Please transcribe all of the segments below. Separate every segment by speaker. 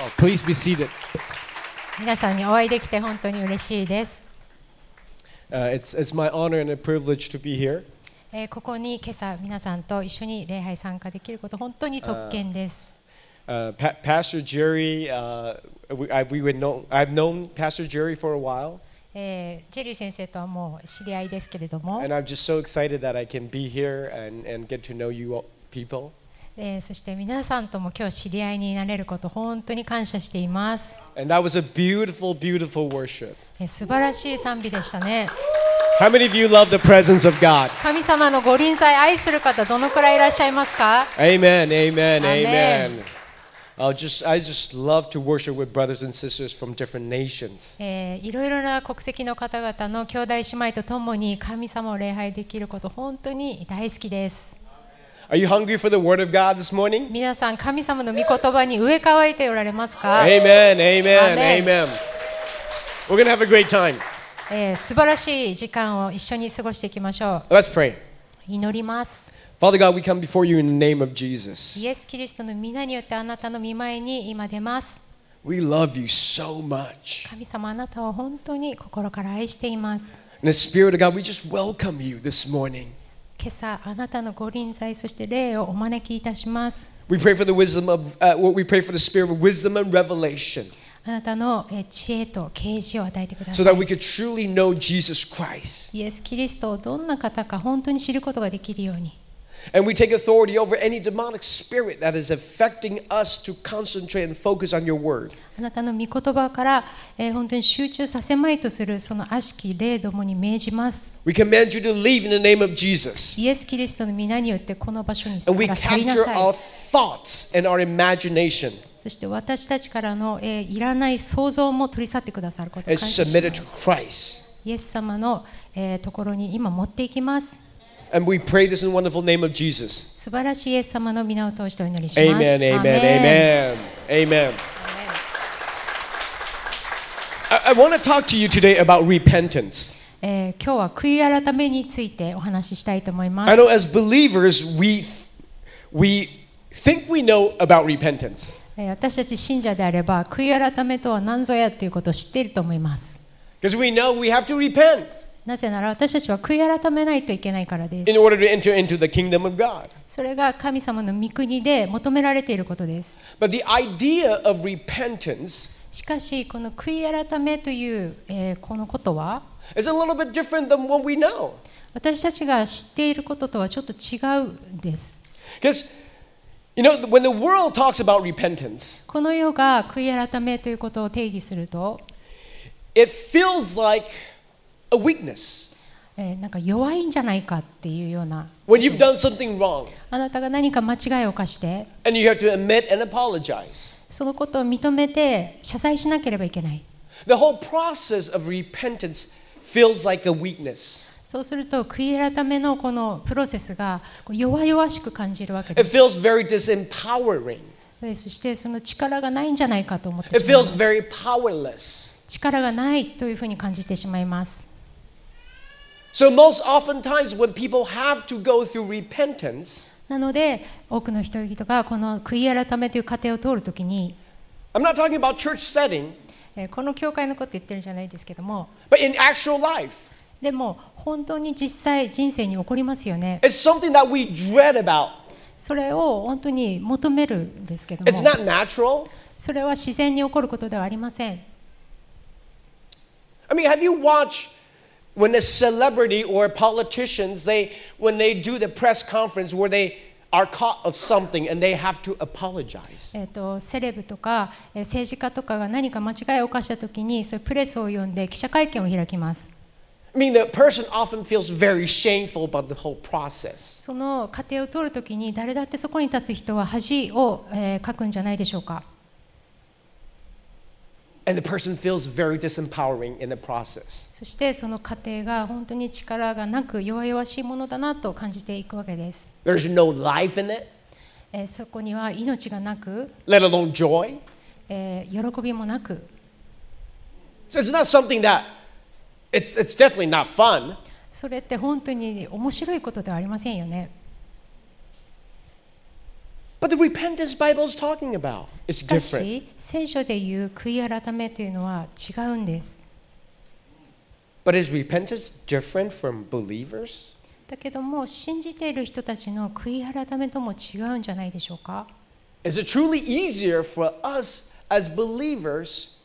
Speaker 1: Uh, please be seated.
Speaker 2: 皆さんにお会いできて本当に嬉しいです、
Speaker 1: Uh, it's, it's my honor and a privilege to be here.
Speaker 2: えーここに今朝皆さんと一緒に礼拝参加できること本当に特権です、
Speaker 1: Uh, pa- Pastor Jerry, uh, we, I, we would know, I've known Pastor Jerry for a while,
Speaker 2: えージェリー先生とはもう知り合いですけれども、
Speaker 1: and I'm just so excited that I can be here and, and get to know you all, people.
Speaker 2: えーそして皆さんとも今日知り合いになれること本当に感謝しています、
Speaker 1: And that was a beautiful, beautiful worship.
Speaker 2: えー素晴らしい賛美でしたね
Speaker 1: How many of you love the presence of God?
Speaker 2: 神様のご臨在愛する方どのくらいいらっしゃいますか
Speaker 1: Amen, amen, amen.
Speaker 2: Amen.
Speaker 1: I'll just, I just love to worship with brothers and sisters from different nations.
Speaker 2: えーいろいろな国籍の方々の兄弟姉妹とともに神様を礼拝できること本当に大好きです
Speaker 1: Are you hungry for the Word of God this morning?
Speaker 2: 皆さん神様の御言葉に植え替えておられますか、
Speaker 1: Amen, amen,
Speaker 2: Ah. Amen.
Speaker 1: amen. We're going to have a great time.
Speaker 2: えー素晴らしい時間を一緒に過ごしていきましょう
Speaker 1: Let's pray.
Speaker 2: 祈ります
Speaker 1: Father God, we come before you in the name of Jesus.
Speaker 2: イエス・キリストの皆によってあなたの御前に今出ます
Speaker 1: We love you so much.
Speaker 2: 神様あなたを本当に心から愛しています
Speaker 1: In the Spirit of God, we just welcome you this morning.
Speaker 2: 今朝あなたのご臨在そして霊をお招きいたします
Speaker 1: We pray for the wisdom of, uh, we pray for the Spirit of wisdom and revelation
Speaker 2: あなたのえー知恵と啓示を与えてくだ
Speaker 1: so
Speaker 2: さ
Speaker 1: that
Speaker 2: い
Speaker 1: we could truly know Jesus Christ.
Speaker 2: イエス・キリストをどんな方か本当に知ることができるように
Speaker 1: And we take authority over any demonic spirit that is affecting us to concentrate and focus on your Word.
Speaker 2: あなたの御言葉から、えー本当に集中させまいとするその悪しき霊どもに命じます。
Speaker 1: We command you to leave in the name of Jesus.
Speaker 2: イエス・キリストの皆によってこの場所に
Speaker 1: And we
Speaker 2: から去りな
Speaker 1: capture
Speaker 2: さ
Speaker 1: our
Speaker 2: い。
Speaker 1: thoughts and our imagination
Speaker 2: そして私たちからの、えーいらない想像も取り去ってくださることを感
Speaker 1: and
Speaker 2: 謝
Speaker 1: submit
Speaker 2: し
Speaker 1: it
Speaker 2: ま
Speaker 1: to
Speaker 2: す。
Speaker 1: Christ.
Speaker 2: イエス様の、えーところに今持っていきます。
Speaker 1: And we pray this in the wonderful name of Jesus.
Speaker 2: 素晴らしいイエス様の皆を通してお祈りします。
Speaker 1: Amen, amen,
Speaker 2: アーメン
Speaker 1: amen, amen. I, I want to talk to you today about repentance.
Speaker 2: えー今日は悔い改めについてお話ししたいと思いま
Speaker 1: I
Speaker 2: す
Speaker 1: know。as believers, we, we think we know about repentance.
Speaker 2: えー私たち信者であれば悔い改めとは何ぞやということを知っていると思います。
Speaker 1: Because we know we have to repent
Speaker 2: なぜなら私たちは悔い改めないといけないからで
Speaker 1: in
Speaker 2: す。
Speaker 1: order to enter into the kingdom of God.
Speaker 2: それが神様の御国で求められていることです。
Speaker 1: But the idea of repentance
Speaker 2: しかし、この悔い改めという、えーこのことは、
Speaker 1: is a little bit different than what we know.
Speaker 2: 私たちが知っていることとはちょっと違うんです。
Speaker 1: Because, you know, when the world talks about repentance,
Speaker 2: この世が悔い改めということを定義すると、
Speaker 1: it feels like a weakness.
Speaker 2: えーなんか弱いんじゃないかっていうような、
Speaker 1: When you've done something wrong
Speaker 2: あなたが何か間違いを犯して、
Speaker 1: and you have to admit and apologize.
Speaker 2: そのことを認めて謝罪しなければいけない。
Speaker 1: The whole process of repentance feels like a weakness.
Speaker 2: そうすると悔い改めのこのプロセスがこう弱々しく感じるわけ
Speaker 1: It
Speaker 2: です。
Speaker 1: feels very disempowering.
Speaker 2: でそしてその力がないんじゃないかと思っ
Speaker 1: It
Speaker 2: てしま
Speaker 1: feels
Speaker 2: います。
Speaker 1: very powerless.
Speaker 2: 力がないというふうに感じてしまいます。
Speaker 1: So, most oftentimes, when people have to go through repentance,
Speaker 2: なので多くの人々がこの悔い改めという過程を通るときに、
Speaker 1: I'm not talking about church setting,
Speaker 2: えーこの教会のこと言ってるんじゃないですけども
Speaker 1: but in actual life.
Speaker 2: でも本当に実際人生に起こりますよね。
Speaker 1: It's something that we dread about.
Speaker 2: それを本当に求めるんですけど
Speaker 1: It's
Speaker 2: も
Speaker 1: not natural.
Speaker 2: それは自然に起こることではありません。
Speaker 1: I mean, have you watched when a celebrity or politicians they when they do the press conference where they are caught of something and they have to apologize?
Speaker 2: えー、とセレブとか、えー政治家とかが何か間違いを犯したときにそういうプレスを呼んで記者会見を開きます。
Speaker 1: I mean, the person often feels very shameful about the whole process.
Speaker 2: その過程を取るときに誰だってそこに立つ人は恥を、えー、かくんじゃないでしょうか。
Speaker 1: And the person feels very disempowering in the process.
Speaker 2: そしてその過程が本当に力がなく弱々しいものだなと感じていくわけです。
Speaker 1: There's no life in it,
Speaker 2: えーそこには命がなく、
Speaker 1: let alone joy.
Speaker 2: えー喜びもなく、
Speaker 1: So it's not something that it's it's definitely not fun.
Speaker 2: それって本当に面白いことではありませんよね。
Speaker 1: But the repentance Bible is talking about is
Speaker 2: しか
Speaker 1: different.
Speaker 2: し聖書でいう悔い改めというのは違うんです
Speaker 1: But is repentance different from believers?
Speaker 2: だけども信じている人たちの悔い改めとも違うんじゃないでしょうか
Speaker 1: Is it truly easier for us as believers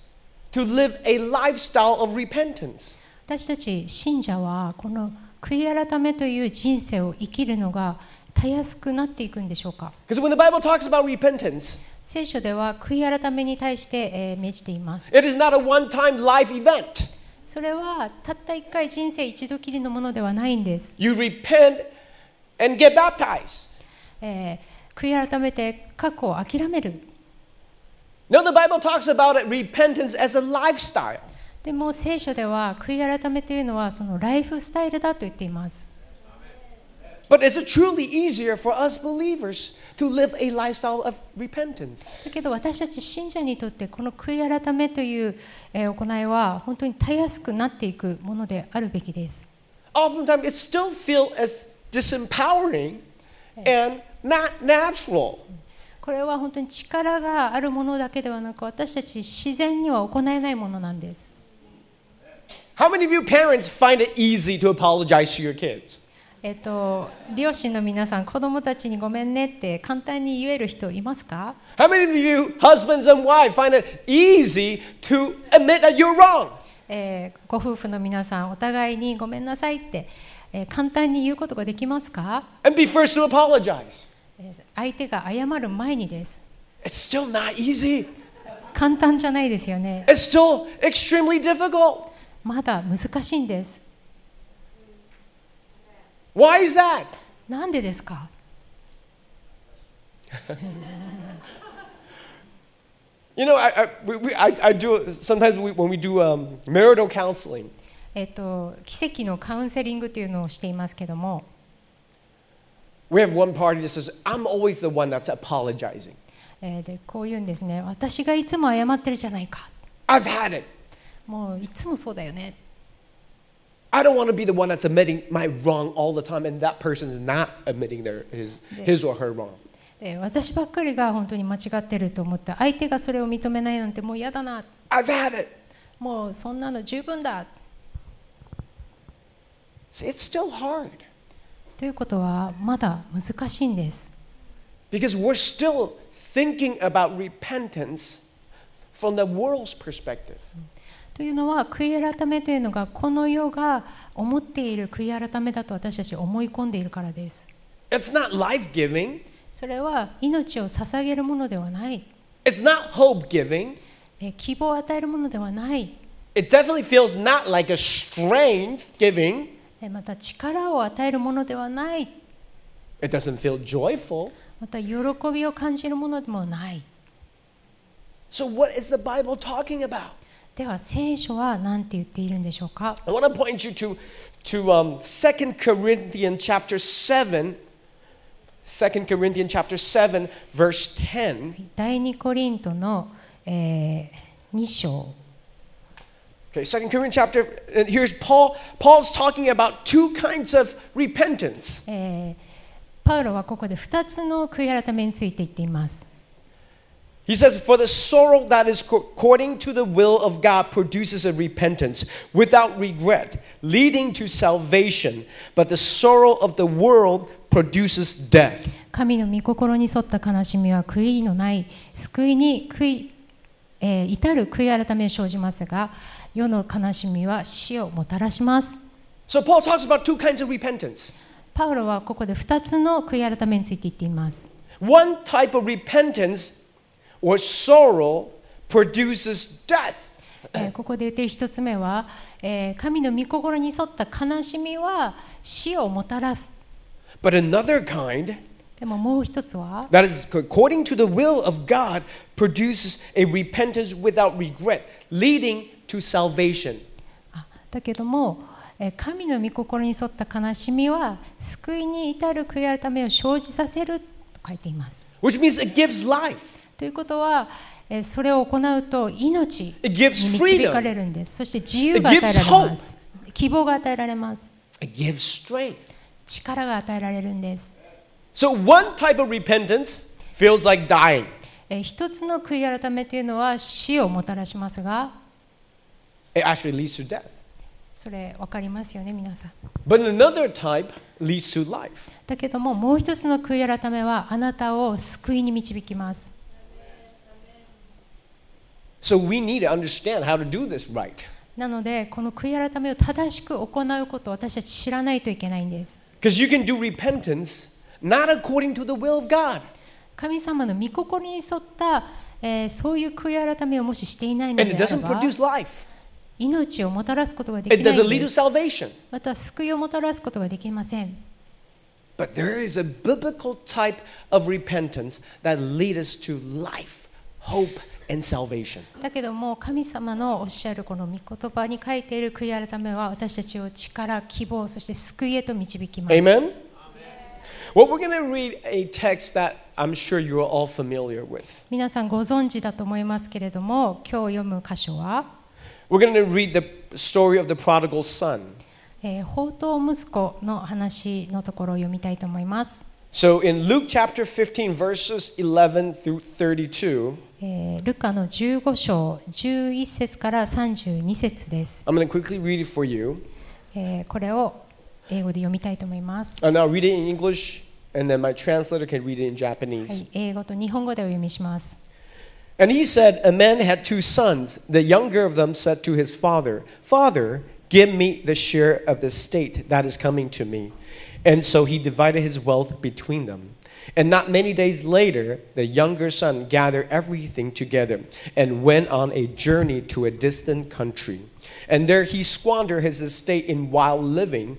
Speaker 1: to live a lifestyle of repentance?
Speaker 2: 私たち信者はこの悔い改めという人生を生きるのがたやすくなっていくんでしょうか
Speaker 1: Because when the Bible talks about repentance,
Speaker 2: 聖書では悔い改めに対して、えー、命じています
Speaker 1: it is not a one time life event.
Speaker 2: それはたった一回人生一度きりのものではないんです、
Speaker 1: You repent and get baptized.
Speaker 2: えー悔い改めて過去を諦める
Speaker 1: No, the Bible talks about it, repentance as a lifestyle.
Speaker 2: でも聖書では悔い改めというのはそのライフスタイルだと言っています。
Speaker 1: But is it truly easier for us believers to live a lifestyle of repentance?
Speaker 2: だけど私たち信者にとってこの悔い改めというえー行いは本当にたやすくなっていくものであるべきです。
Speaker 1: Oftentimes, it still feels as disempowering and not natural.
Speaker 2: これは本当に力があるものだけではなく私たち自然には行えないものなんです。
Speaker 1: How many of you parents find it easy to apologize to your kids?
Speaker 2: えっと、両親の皆さん子供たちにごめんねって簡単に言える人いますか
Speaker 1: How many of you husbands and wives find it easy to admit that you're wrong?
Speaker 2: えーご夫婦の皆さんお互いにごめんなさいって、えー簡単に言うことができますか
Speaker 1: and be first to apologize.
Speaker 2: えー相手が謝る前にです。
Speaker 1: It's still not easy.
Speaker 2: 簡単じゃないですよね。
Speaker 1: It's still extremely difficult.
Speaker 2: まだ難しいんです。
Speaker 1: Why is that?
Speaker 2: なんでですか
Speaker 1: You know, I, I, we, we, I, I do sometimes we, when we do um, marital counseling,
Speaker 2: えっと、奇跡のカウンセリングというのをしていますけども、
Speaker 1: we have one party that says, I'm always the one that's apologizing.
Speaker 2: えーでこう言うんですね。私がいつも謝ってるじゃないか。
Speaker 1: I've had it.
Speaker 2: もういつもそうだよね。
Speaker 1: I don't want to be the one that's admitting my wrong all the time, and that person is not admitting their, his, his or her wrong.
Speaker 2: で私ばっかりが本当に間違ってると思って相手がそれを認めないなんてもう嫌だな
Speaker 1: I've had it.
Speaker 2: もうそんなの十分だ
Speaker 1: See, it's still hard
Speaker 2: ということはまだ難しいんです
Speaker 1: because we're still thinking about repentance from the world's perspective.
Speaker 2: というのは悔い改めというのがこの世が思っている悔い改めだと私たち思い込んでいるからです
Speaker 1: It's not life giving.
Speaker 2: それは命を捧げるものではない
Speaker 1: It's not hope giving.
Speaker 2: え希望を与えるものではない
Speaker 1: It definitely feels not like a strength giving.
Speaker 2: えまた力を与えるものではない
Speaker 1: It doesn't feel joyful.
Speaker 2: また喜びを感じるものでもない
Speaker 1: So, what is the Bible talking about?
Speaker 2: では聖書は何て言っているんでしょうか
Speaker 1: I want to point you to, to um, 2 Corinthians chapter 7. 2 Corinthians chapter 7, verse 10.
Speaker 2: 第2コリントの、え2章
Speaker 1: Okay, 2 Corinthians chapter, and here's Paul. Paul's talking about two kinds of repentance.
Speaker 2: えーパウロはここで2つの悔い改めについて言っています。
Speaker 1: He says, For the sorrow that is according to the will of God produces a repentance without regret, leading to salvation. But the sorrow of the world produces death.
Speaker 2: 神の御心に沿った悲しみは悔いのない救いに悔い、えー至る悔い改めを生じますが世の悲しみは死をもたらします。
Speaker 1: So Paul talks about two kinds of repentance.
Speaker 2: パウロはここで2つの悔い改めについて言っています。
Speaker 1: One type of repentance or sorrow produces death.
Speaker 2: えーここで言っている1つ目は、えー神の御心に沿った悲しみは死をもたらす。
Speaker 1: But another kind
Speaker 2: でももう1つは
Speaker 1: that is according to the will of God produces a repentance without regret, leading to salvation.
Speaker 2: あだけどもえー神の御心に沿った悲しみは救いに至る悔い改めを生じさせると書いています
Speaker 1: which means it gives life.
Speaker 2: ということはえーそれを行うと命に
Speaker 1: It gives
Speaker 2: 導か
Speaker 1: freedom.
Speaker 2: れるんですそして自由が与えられます
Speaker 1: It
Speaker 2: 希望が与えられます
Speaker 1: It gives strength.
Speaker 2: 力が与えられるんです
Speaker 1: So one type of repentance feels like dying.
Speaker 2: えー一つの悔い改めというのは死をもたらしますが
Speaker 1: It actually leads to death.
Speaker 2: それ分かりますよね皆さん
Speaker 1: But another type leads to life.
Speaker 2: だけどももう一つの悔い改めはあなたを救いに導きます
Speaker 1: So we need to understand how to do this right.
Speaker 2: なのでこの悔い改めを正しく行うことを私たち知らないといけないんです
Speaker 1: Because you can do repentance not according to the will of God.
Speaker 2: 神様の御心に沿った、えーそういう悔い改めをもししていないの
Speaker 1: And
Speaker 2: で
Speaker 1: it
Speaker 2: あれ
Speaker 1: doesn't
Speaker 2: ば
Speaker 1: produce life.
Speaker 2: 命をもたらすことがで
Speaker 1: It
Speaker 2: きない
Speaker 1: doesn't
Speaker 2: ん
Speaker 1: lead
Speaker 2: で
Speaker 1: to
Speaker 2: す
Speaker 1: salvation.
Speaker 2: また救いをもたらすことができません
Speaker 1: But there is a biblical type of repentance that leads us to life, hope, and salvation.
Speaker 2: だけども神様のおっしゃるこの御言葉に書いている悔い改めは私たちを力、希望、そして救いへと導きます。
Speaker 1: Amen? Well, we're going to read a text that I'm sure you're all familiar with.
Speaker 2: 皆さんご存知だと思いますけれども今日読む箇所は、
Speaker 1: We're going to read the story of the prodigal son.
Speaker 2: えー、宝刀息子の話のところを読みたいと思います。
Speaker 1: So in Luke chapter 15, verses 11 through 32,
Speaker 2: えールカの15章11節から32節です、
Speaker 1: I'm going to quickly read it for you.
Speaker 2: えーこれを英語で読みたいと思います。
Speaker 1: And I'll read it in English, and then my translator can read it in
Speaker 2: は
Speaker 1: Japanese.
Speaker 2: い、英語と日本語でお読みします。
Speaker 1: And he said, A man had two sons. The younger of them said to his father, Father, give me the share of the estate that is coming to me. And so he divided his wealth between them. And not many days later, the younger son gathered everything together and went on a journey to a distant country. And there he squandered his estate in wild living.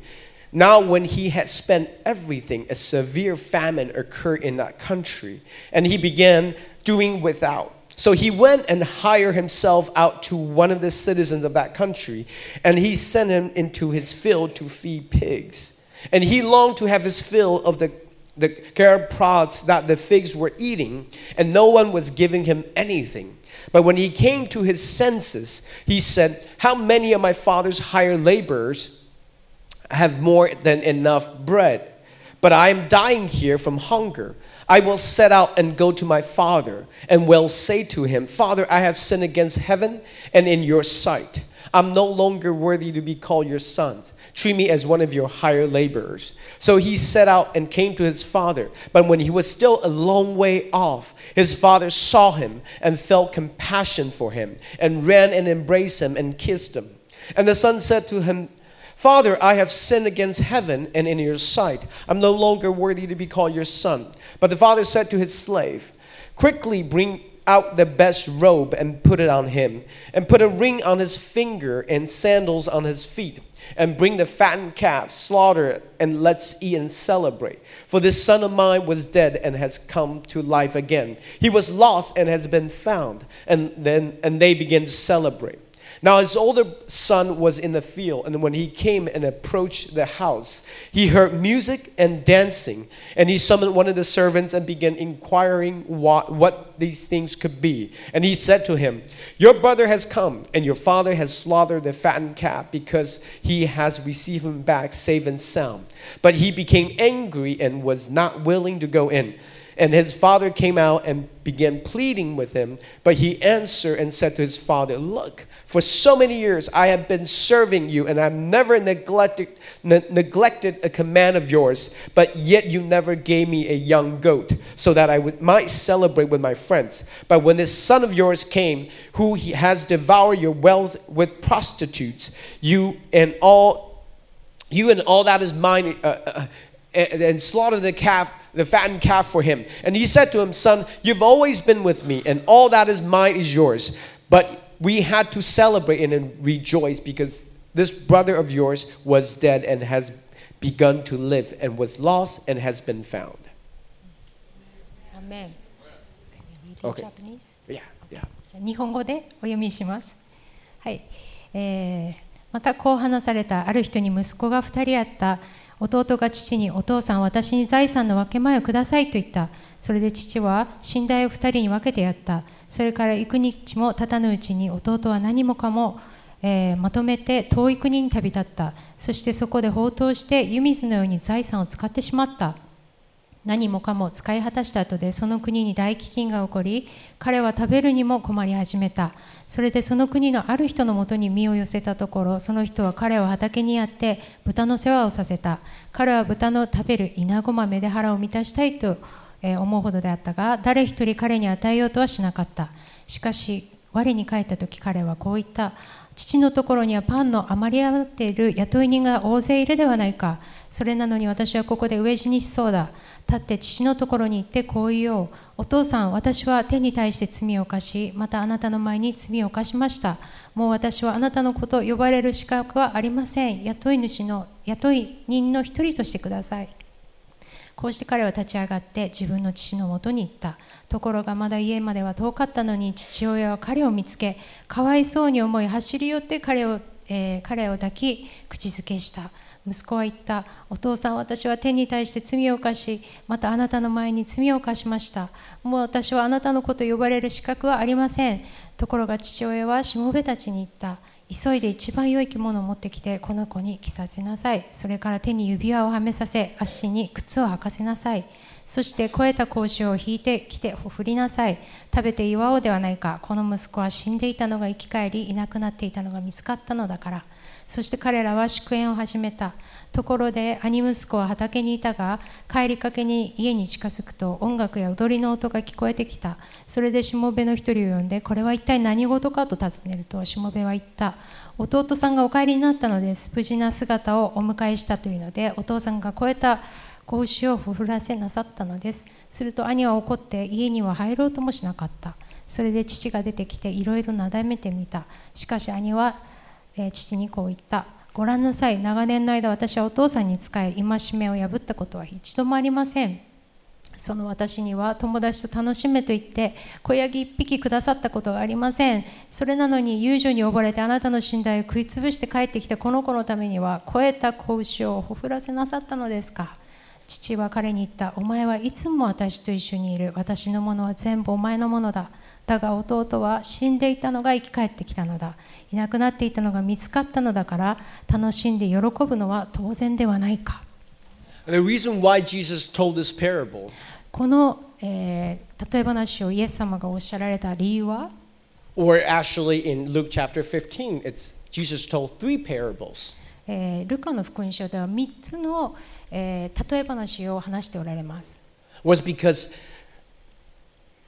Speaker 1: Now, when he had spent everything, a severe famine occurred in that country, and he began doing without. So he went and hired himself out to one of the citizens of that country, and he sent him into his field to feed pigs. And he longed to have his fill of the, the carob pods that the figs were eating, and no one was giving him anything. But when he came to his senses, he said, How many of my father's hired laborers? have more than enough bread, but I am dying here from hunger. I will set out and go to my father, and will say to him, Father, I have sinned against heaven and in your sight. I'm no longer worthy to be called your son. Treat me as one of your higher laborers. So he set out and came to his father. But when he was still a long way off, his father saw him and felt compassion for him, and ran and embraced him and kissed him. And the son said to him, Father, I have sinned against heaven and in your sight. I'm no longer worthy to be called your son. But the father said to his slave, Quickly bring out the best robe and put it on him, and put a ring on his finger and sandals on his feet, and bring the fattened calf, slaughter it, and let's eat and celebrate. For this son of mine was dead and has come to life again. He was lost and has been found. And then and they began to celebrate. Now his older son was in the field, and when he came and approached the house, he heard music and dancing, and he summoned one of the servants and began inquiring what, what these things could be. And he said to him, Your brother has come, and your father has slaughtered the fattened calf because he has received him back safe and sound. But he became angry and was not willing to go in. And his father came out and began pleading with him. But he answered and said to his father, Look, for so many years I have been serving you, and I've never neglected, ne- neglected a command of yours, but yet you never gave me a young goat so that I would, might celebrate with my friends. But when this son of yours came, who he has devoured your wealth with prostitutes, you and all you and all that is mine, uh, uh, and, and slaughter the calf, the fattened calf for him. And he said to him, Son, you've always been with me, and all that is mine is yours. But we had to celebrate and then rejoice because this brother of yours was dead and has begun to live, and was lost and has been found.
Speaker 2: アメン
Speaker 1: Okay.
Speaker 2: Japanese?
Speaker 1: Yeah, yeah.
Speaker 2: じゃあ日本語でお読みします。はい、えーまたこう話されたある人に息子が2人あった弟が父にお父さん私に財産の分け前をくださいと言ったそれで父は信頼を2人に分けてやったそれから幾日も経たぬうちに弟は何もかも、えーまとめて遠い国に旅立ったそしてそこで放蕩して湯水のように財産を使ってしまった何もかも使い果たした後でその国に大飢饉が起こり彼は食べるにも困り始めたそれでその国のある人のもとに身を寄せたところその人は彼を畑にやって豚の世話をさせた彼は豚の食べるイナゴ豆で腹を満たしたいとえー思うほどであったが誰一人彼に与えようとはしなかったしかし我に帰った時彼はこう言った父のところにはパンの余り余っている雇い人が大勢いるではないかそれなのに私はここで飢え死にしそうだ立って父のところに行ってこう言おうお父さん私は天に対して罪を犯しまたあなたの前に罪を犯しましたもう私はあなたのこと呼ばれる資格はありません雇い主の雇い人の一人としてくださいこうして彼は立ち上がって自分の父のもとに行ったところがまだ家までは遠かったのに父親は彼を見つけかわいそうに思い走り寄って彼を,、えー彼を抱き口づけした息子は言ったお父さん私は天に対して罪を犯しまたあなたの前に罪を犯しましたもう私はあなたの子と呼ばれる資格はありませんところが父親はしもべたちに言った急いで一番良い着物を持ってきてこの子に着させなさいそれから手に指輪をはめさせ足に靴を履かせなさいそして肥えた格子を引いてきてほふりなさい食べて祝おうではないかこの息子は死んでいたのが生き返りいなくなっていたのが見つかったのだからそして彼らは祝宴を始めたところで兄息子は畑にいたが帰りかけに家に近づくと音楽や踊りの音が聞こえてきたそれでしもべの一人を呼んでこれは一体何事かと尋ねるとしもべは言った弟さんがお帰りになったのです無事な姿をお迎えしたというのでお父さんが超えた格子をほふらせなさったのですすると兄は怒って家には入ろうともしなかったそれで父が出てきていろいろなだめてみたしかし兄は、えー父にこう言ったご覧なさい長年の間私はお父さんに仕え戒めを破ったことは一度もありませんその私には友達と楽しめと言って子ヤギ一匹くださったことがありませんそれなのに遊女に溺れてあなたの信頼を食い潰して帰ってきたこの子のためには肥えた子牛をほふらせなさったのですか父は彼に言ったお前はいつも私と一緒にいる私のものは全部お前のものだだが弟は死んでいたのが生き返ってきたのだいなくなっていたのが見つかったのだから楽しんで喜ぶのは当然ではないか
Speaker 1: The reason why Jesus told this parable
Speaker 2: この、えー例え話をイエス様がおっしゃられた理由は
Speaker 1: Or actually, in Luke chapter 15, it's Jesus told three parables.
Speaker 2: えールカの福音書では3つの、えー例え話を話しておられます。
Speaker 1: Was because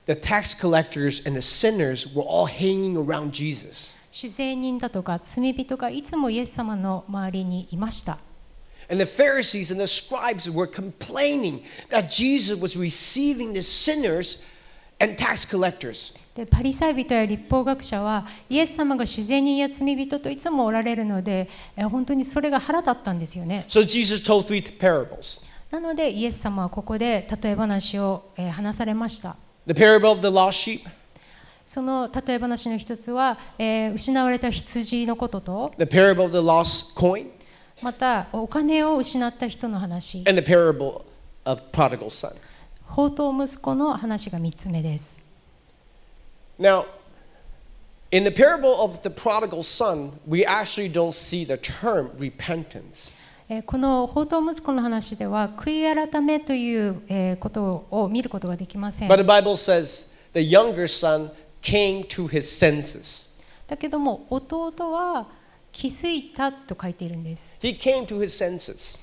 Speaker 1: the tax collectors and the sinners were all hanging around Jesus,
Speaker 2: 主税人だとか罪人がいつもイエス様の周りにいました。
Speaker 1: and the Pharisees and the scribes were complaining that Jesus was receiving the sinners and tax collectors.
Speaker 2: でパリサイ人や立法学者はイエス様が主税人や罪人といつもおられるので、えー本当にそれが腹立ったんですよね。
Speaker 1: So Jesus told three parables:
Speaker 2: なのでイエス様はここで例え話を、えー話されました。
Speaker 1: the parable of the lost sheep,
Speaker 2: その例え話の一つは、えー失われた羊のことと
Speaker 1: the parable of the lost coin,
Speaker 2: またお金を失った人の話
Speaker 1: and the parable of prodigal son.
Speaker 2: 宝刀息子の話が3つ目です
Speaker 1: Now, in the parable of the prodigal son, we actually don't see the term repentance.
Speaker 2: えーこの宝刀息子の話では悔い改めというえーことを見ることができません
Speaker 1: But the Bible says the younger son came to his senses.
Speaker 2: だけども弟は気づいたと書いているんです
Speaker 1: He came to his senses.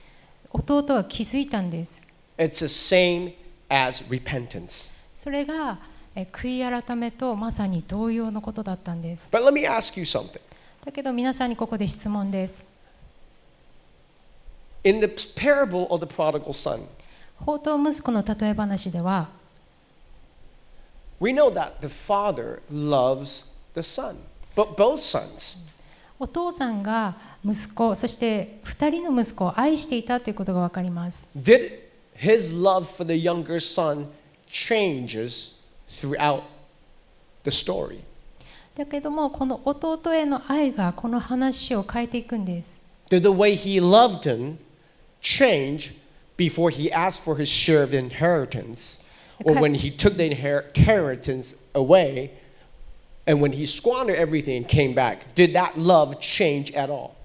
Speaker 2: 弟は気づいたんです
Speaker 1: It's the same as repentance.
Speaker 2: それがえー悔い改めとまさに同様のことだったんです
Speaker 1: But let me ask you something.
Speaker 2: だけど皆さんにここで質問です
Speaker 1: In the parable of the prodigal son,
Speaker 2: 宝刀息子の例え話では
Speaker 1: we know that the father loves the son, but both sons.
Speaker 2: お父さんが息子そして2人の息子を愛していたということが分かります
Speaker 1: Did his love for the younger son changes throughout the story?
Speaker 2: だけどもこの弟への愛がこの話を変えていくんです
Speaker 1: Did the way he loved him change before he asked for his share of inheritance? Or
Speaker 2: Okay.
Speaker 1: when he took the inher- inheritance away and when he squandered everything and came back? Did that love change at all?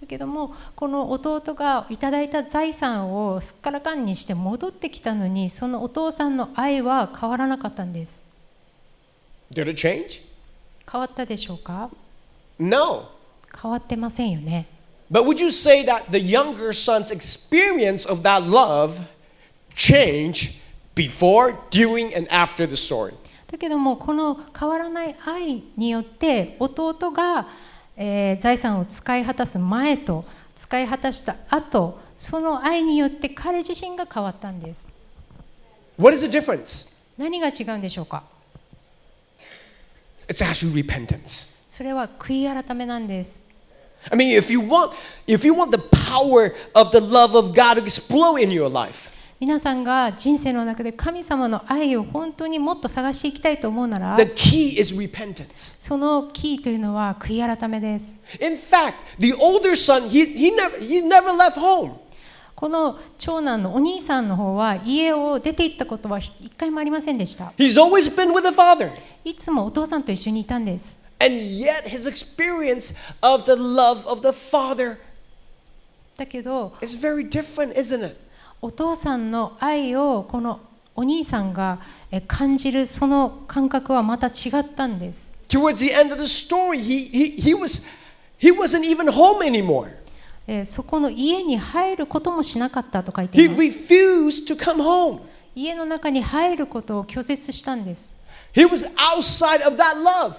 Speaker 2: だけどもこの弟がいただいた財産をすっからかんにして戻ってきたのにそのお父さんの愛は変わらなかったんです
Speaker 1: Did it change?
Speaker 2: 変わったでしょうか
Speaker 1: No.
Speaker 2: 変わってませんよね
Speaker 1: But would you say that the younger son's experience of that love changed before, during, and after the story?
Speaker 2: だけどもこの変わらない愛によって弟が、えー財産を使い果たす前と使い果たした後その愛によって彼自身が変わったんです
Speaker 1: What is the difference?
Speaker 2: 何が違うんでしょうか
Speaker 1: It's actually repentance.
Speaker 2: それは悔い改めなんです
Speaker 1: I mean, if you want, if you want the power of the love of God to explode in your life,
Speaker 2: 皆さんが人生の中で神様の愛を本当にもっと探していきたいと思うなら
Speaker 1: the key is repentance.
Speaker 2: そのキーというのは悔い改めです
Speaker 1: In fact, the older son, he, he, never, he never left home.
Speaker 2: この長男のお兄さんの方は家を出て行ったことは一回もありませんでした
Speaker 1: He's always been with the father.
Speaker 2: いつもお父さんと一緒にいたんです
Speaker 1: And yet, his experience of the love of the father
Speaker 2: だけど
Speaker 1: is very different, isn't it?
Speaker 2: お父さんの愛をこのお兄さんがえ感じるその感覚はまた違ったんです
Speaker 1: Towards the end of the story, he, he, he, was, he wasn't even home anymore.
Speaker 2: えーそこの家に入ることもしなかったと書いて
Speaker 1: He
Speaker 2: います
Speaker 1: refused to come home.
Speaker 2: 家の中に入ることを拒絶したんです
Speaker 1: He was outside of that love.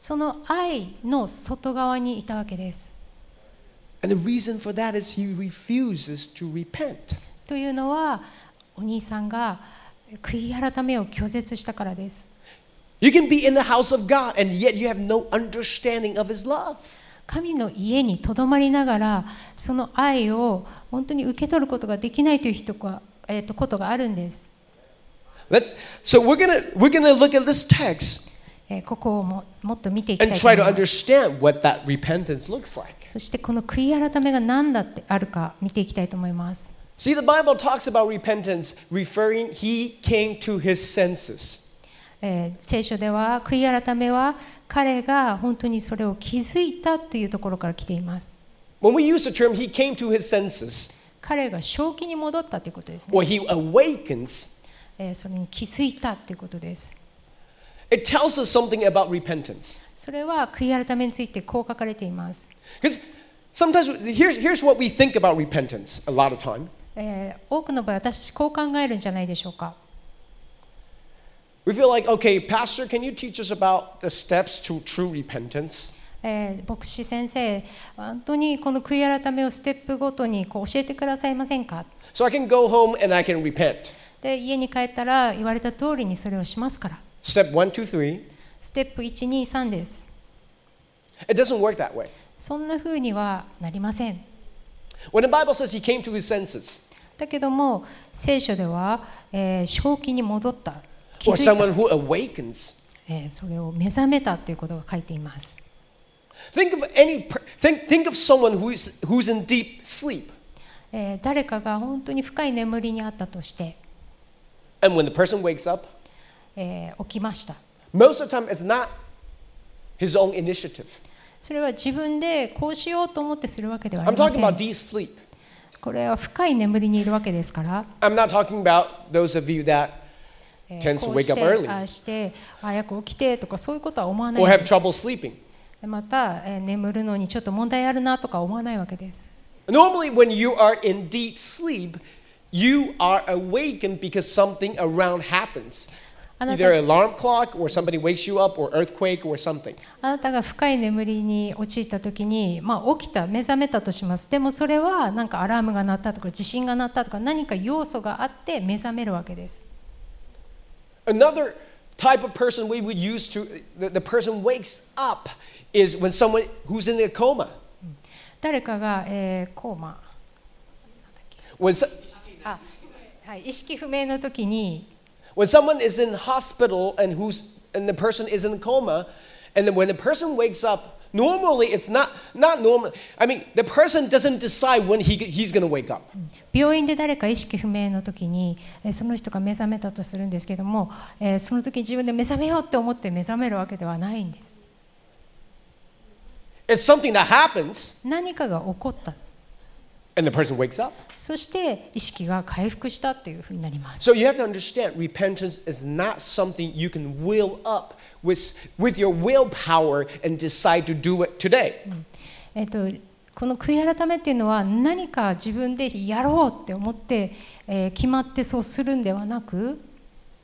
Speaker 2: その愛の外側にいたわけです
Speaker 1: And the reason for that is he refuses to repent.
Speaker 2: というのはお兄さんが悔い改めを拒絶したからです
Speaker 1: You can be in the house of God and yet you have no understanding of his love.
Speaker 2: 神の家にとどまりながらその愛を本当に受け取ることができないという人が、えー、とことがあるんです、
Speaker 1: Let's, so we're going to we're gonna look at this text
Speaker 2: えーここをももっと見ていきたい
Speaker 1: and
Speaker 2: と
Speaker 1: try to
Speaker 2: 思います
Speaker 1: understand what that repentance looks like.
Speaker 2: そしてこの悔い改めが何だってあるか見ていきたいと思います
Speaker 1: See, the Bible talks about repentance referring he came to his senses.
Speaker 2: えー聖書では悔い改めは彼が本当にそれを気づいたというところから来ています
Speaker 1: When we use the term he came to his senses,
Speaker 2: 彼が正気に戻ったということですね、
Speaker 1: or he awakens,
Speaker 2: えーそれに気づいたということです
Speaker 1: it tells us something about repentance.
Speaker 2: それは悔い改めについてこう書かれています
Speaker 1: Because sometimes, here's, here's what we think about repentance a lot of time.
Speaker 2: えー多くの場合私たちこう考えるんじゃないでしょうか
Speaker 1: We feel like, okay, Pastor, can you teach us about the steps to true repentance?
Speaker 2: えー牧師先生本当にこの悔い改めをステップごとにこう教えてくださいませんか
Speaker 1: So I can go home and I can repent.
Speaker 2: で家に帰ったら言われた通りにそれをしますから
Speaker 1: Step one, two, three.
Speaker 2: ステップ123です
Speaker 1: It doesn't work that way.
Speaker 2: そんな風にはなりません
Speaker 1: When the Bible says he came to his senses,
Speaker 2: だけども聖書では、えー正気に戻った気
Speaker 1: or
Speaker 2: づいた、
Speaker 1: someone who awakens,
Speaker 2: えーそれを目覚めたということが書いています
Speaker 1: think of any, per- think, think of someone who is, who's in deep sleep.
Speaker 2: えー誰かが本当に深い眠りにあったとして、
Speaker 1: And when the person wakes up,
Speaker 2: えー起きました
Speaker 1: most of the time it's not his own initiative.
Speaker 2: それは自分でこうしようと思ってするわけではあ
Speaker 1: I'm
Speaker 2: りま
Speaker 1: talking
Speaker 2: せ
Speaker 1: about
Speaker 2: ん
Speaker 1: deep sleep.
Speaker 2: これは深い眠りにいるわけですから、
Speaker 1: I'm not talking about those of you that
Speaker 2: え
Speaker 1: Tends to
Speaker 2: こうし
Speaker 1: wake
Speaker 2: て
Speaker 1: up early.
Speaker 2: ああしてあ早く起きてとかそういうことは思わない
Speaker 1: or
Speaker 2: わけ
Speaker 1: have
Speaker 2: です
Speaker 1: trouble sleeping.
Speaker 2: また、えー眠るのにちょっと問題あるなとか思わないわけです
Speaker 1: Normally, when you are in deep sleep, you are awakened because something around happens.
Speaker 2: あなた
Speaker 1: Either an alarm clock, or somebody wakes you up, or earthquake, or something.
Speaker 2: あなたが深い眠りに陥った時に、まあ、起きた目覚めたとしますでもそれはなんかアラームが鳴ったとか地震が鳴ったとか何か要素があって目覚めるわけです
Speaker 1: Another type of person we would use to, the, the person wakes up is when someone who's in a coma.
Speaker 2: 誰かが、えーコーマ
Speaker 1: When, so,
Speaker 2: あ、はい、意識不明の時に
Speaker 1: when someone is in hospital and, who's, and the person is in a coma, and then when the person wakes up, normally it's not, not normal. I mean, the person doesn't decide when he, he's going to wake up.
Speaker 2: 病院で誰か意識不明の時にえーその人が目覚めたとするんですけどもえーその時自分で目覚めようって思って目覚めるわけではないんです
Speaker 1: It's something that happens,
Speaker 2: 何かが起こった
Speaker 1: and the person wakes up.
Speaker 2: そして意識が回復したというふうになります
Speaker 1: So you have to understand repentance is not something you can will up with, with your willpower and decide to do it today.
Speaker 2: えっとこの悔い改めっていうのは何か自分でやろうって思って、えー決まってそうするんではなく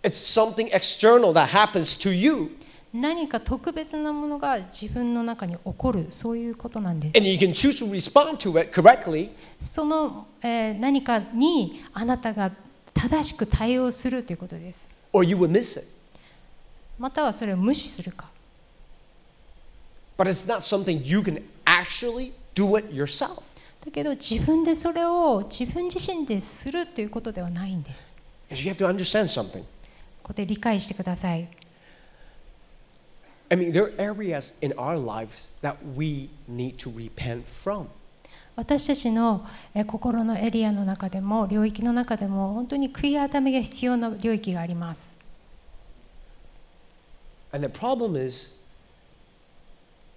Speaker 1: It's something external that happens to you,
Speaker 2: 何か特別なものが自分の中に起こるそういうことなんで
Speaker 1: and you can choose to respond to it correctly
Speaker 2: すその、えー何かにあなたが正しく対応するということです
Speaker 1: or you will miss it.
Speaker 2: またはそれを無視するか
Speaker 1: But it's not something you can actually do it yourself.
Speaker 2: だけど自分でそれを自分自身でするということではないんです
Speaker 1: Because you have to understand something.
Speaker 2: ここで理解してください
Speaker 1: I mean, there are areas in our lives that we need to repent from.
Speaker 2: 私たちのえー心のエリアの中でも領域の中でも本当に悔い改めが必要な領域があります
Speaker 1: And the problem is,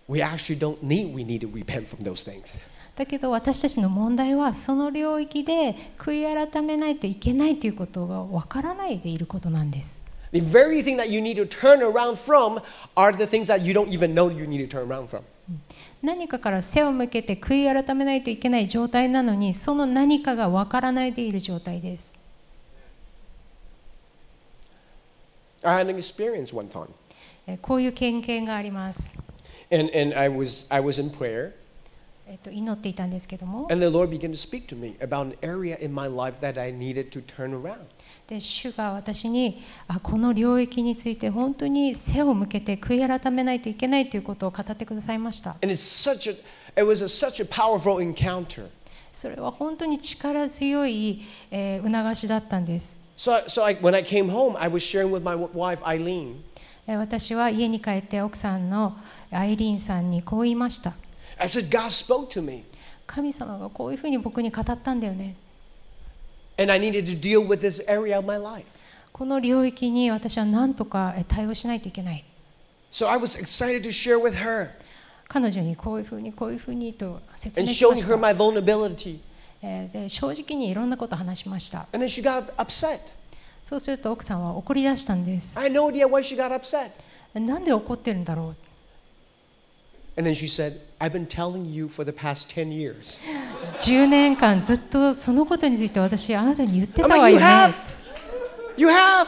Speaker 1: we actually don't need, we need to repent from those things.
Speaker 2: だけど私たちの問題はその領域で悔い改めないといけないということがわからないでいることなんです
Speaker 1: The very thing that you need to turn around from are the things that you don't even know you need to turn around from.
Speaker 2: 何かから背を向けて悔い改めないといけない状態なのにその何かがわからないでいる状態です
Speaker 1: I had an experience one time,
Speaker 2: えーこういう経験があります、
Speaker 1: and, and I, was, I was in prayer,
Speaker 2: えっと祈っていたんですけども
Speaker 1: and the Lord began to speak to me about an area in my life that I needed to turn around.
Speaker 2: で主が私にあこの領域について本当に背を向けて悔い改めないといけないということを語ってくださいました
Speaker 1: And it's such a, it was a, such a powerful encounter.
Speaker 2: それは本当に力強い、えー促しだったんです
Speaker 1: So, I- so I, when I came home, I was sharing with my w- wife, Eileen.
Speaker 2: えー私は家に帰って奥さんのアイリーンさんにこう言いました
Speaker 1: I said, God spoke to me,
Speaker 2: 神様がこういうふうに僕に語ったんだよね
Speaker 1: and I needed to deal with this area of my life.
Speaker 2: この領域に私は何とかえー対応しないといけない
Speaker 1: So I was excited to share with her
Speaker 2: 彼女にこういうふうにこういうふうにと説
Speaker 1: and
Speaker 2: 明しま
Speaker 1: showing
Speaker 2: し
Speaker 1: her
Speaker 2: た、
Speaker 1: my vulnerability.
Speaker 2: えーで正直にいろんなことを話しました
Speaker 1: And then she got upset.
Speaker 2: そうすると奥さんは怒り出したんです
Speaker 1: I had no idea why she got upset.
Speaker 2: なんで怒ってるんだろ
Speaker 1: And then she said, I've been telling you for the past 10 years.
Speaker 2: う10年間ずっとそのことについて私あなたに言ってた
Speaker 1: I'm
Speaker 2: わ
Speaker 1: like, You
Speaker 2: よね
Speaker 1: have? You have?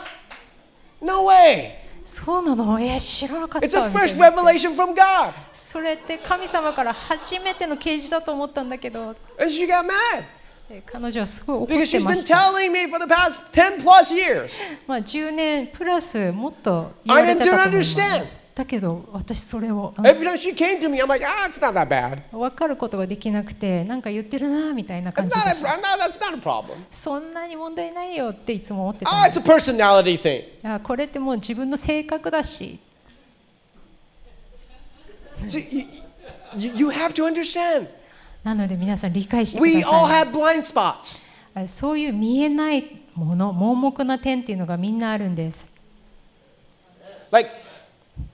Speaker 1: No way.
Speaker 2: そうなのえー知らなかっ
Speaker 1: It's
Speaker 2: たわ
Speaker 1: a
Speaker 2: みたい
Speaker 1: fresh
Speaker 2: な
Speaker 1: revelation from God.
Speaker 2: それって神様から初めての啓示だと思ったんだけど
Speaker 1: And she got mad
Speaker 2: えー彼女はすごい怒っ
Speaker 1: because
Speaker 2: て
Speaker 1: she's
Speaker 2: ま
Speaker 1: been
Speaker 2: した、
Speaker 1: telling me for the past 10 plus years.
Speaker 2: まあ、10年プラスもっと言われてたと思いま
Speaker 1: I didn't
Speaker 2: す
Speaker 1: understand.
Speaker 2: だけど私それを
Speaker 1: Every time she came to me, I'm like, ah, it's not that bad.
Speaker 2: 分かることができなくてなんか言ってるなみたいな感
Speaker 1: It's
Speaker 2: じ
Speaker 1: not
Speaker 2: でし
Speaker 1: a,
Speaker 2: た
Speaker 1: no, that's not a problem.
Speaker 2: そんなに問題ないよっていつも思ってた
Speaker 1: Ah,
Speaker 2: ん
Speaker 1: it's
Speaker 2: で
Speaker 1: a
Speaker 2: す
Speaker 1: personality thing.
Speaker 2: あこれってもう自分の性格だし
Speaker 1: See, you, you, you have to understand.
Speaker 2: なので皆さん理解してく
Speaker 1: We
Speaker 2: だ
Speaker 1: all
Speaker 2: さい
Speaker 1: have blind spots.
Speaker 2: あそういう見えないもの盲目な点っていうのがみんなあるんです
Speaker 1: Like,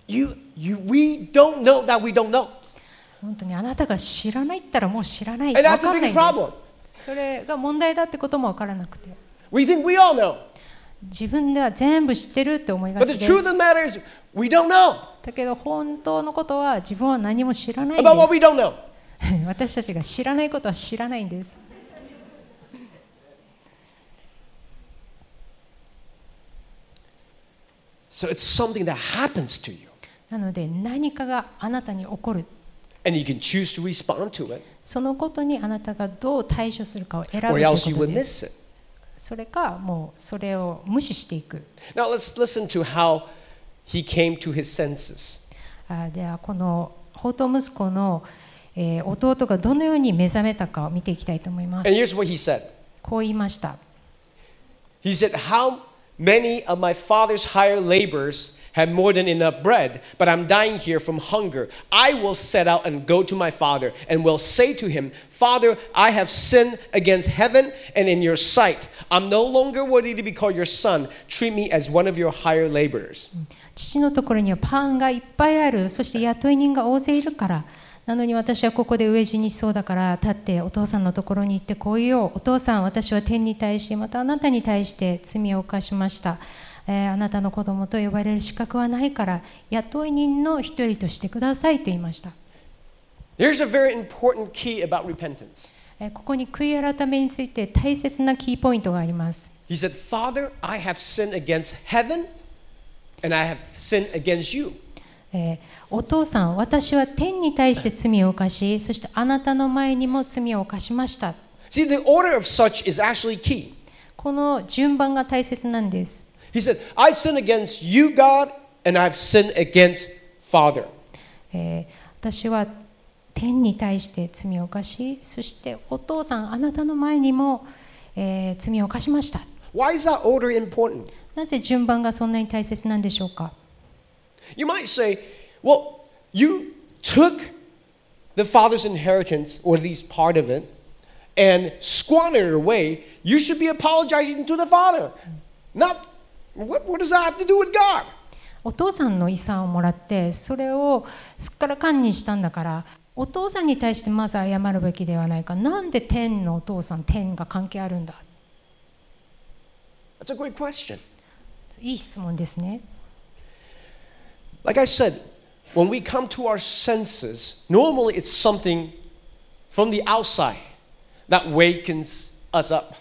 Speaker 1: you, you, we don't know that we don't know.
Speaker 2: 本当にあなたが知らないったらもう知らない
Speaker 1: And
Speaker 2: わ
Speaker 1: that's the
Speaker 2: かんない
Speaker 1: biggest
Speaker 2: ん
Speaker 1: problem.
Speaker 2: ですそれが問題だってことも分からなくて
Speaker 1: We think we all know.
Speaker 2: 自分では全部知ってるって思いが
Speaker 1: But
Speaker 2: ち
Speaker 1: the
Speaker 2: です
Speaker 1: truth of the matter is, we don't know
Speaker 2: だけど本当のことは自分は何も知らないん
Speaker 1: about what we
Speaker 2: で
Speaker 1: don't know.
Speaker 2: す 私たちが知らないことは知らないんです
Speaker 1: So it's something that happens to you.
Speaker 2: なので何かがあなたに起こる
Speaker 1: And you can choose to respond to it,
Speaker 2: そのことにあなたがどう対処するかを選ぶと
Speaker 1: or
Speaker 2: いうこ
Speaker 1: else you
Speaker 2: と
Speaker 1: will
Speaker 2: です
Speaker 1: miss it.
Speaker 2: それかもうそれを無視していく
Speaker 1: Now let's listen to how he came to his senses.
Speaker 2: あではこの宝刀息子の、えー弟がどのように目覚めたかを見ていきたいと思います
Speaker 1: And here's what he said
Speaker 2: こう言いました
Speaker 1: He said, How many of my father's hired laborers have more than enough bread, but I'm dying here from hunger? I will set out and go to my father and will say to him, Father, I have sinned against heaven and in your sight. I'm no longer worthy to be called your son. Treat me as one of your hired laborers.
Speaker 2: 父のところにはパンがいっぱいあるそして雇い人が大勢いるからなのに私はここで飢え死にしそうだから立ってお父さんのところに行ってこう言おうお父さん私は天に対しまたあなたに対して罪を犯しました、えーあなたの子供と呼ばれる資格はないから雇い人の一人としてくださいと言いました、
Speaker 1: There's a very important key about repentance.
Speaker 2: えーここに悔い改めについて大切なキーポイントがあります
Speaker 1: He said, Father, I have sinned against heaven and I have sinned against you.
Speaker 2: えーお父さん私は天に対して罪を犯しそしてあなたの前にも罪を犯しました
Speaker 1: See, the order of such is actually key.
Speaker 2: この順番が大切なんです
Speaker 1: He said, I've sinned against you, God, and I've sinned against Father.
Speaker 2: えー私は天に対して罪を犯しそしてお父さんあなたの前にも、えー罪を犯しました
Speaker 1: Why is that order important?
Speaker 2: なぜ順番がそんなに大切なんでしょうか
Speaker 1: You might say, well, you took the Father's inheritance, or at least part of it, and squandered it away. You should be apologizing to the Father. Not, what, what does that have to do with God?
Speaker 2: お父さんの遺産をもらってそれをすっからかんにしたんだからお父さんに対してまず謝るべきではないかなんで天のお父さん天が関係あるんだ
Speaker 1: That's a great question.
Speaker 2: いい質問ですね
Speaker 1: Like I said, when we come to our senses, normally it's something from the outside that wakens us up.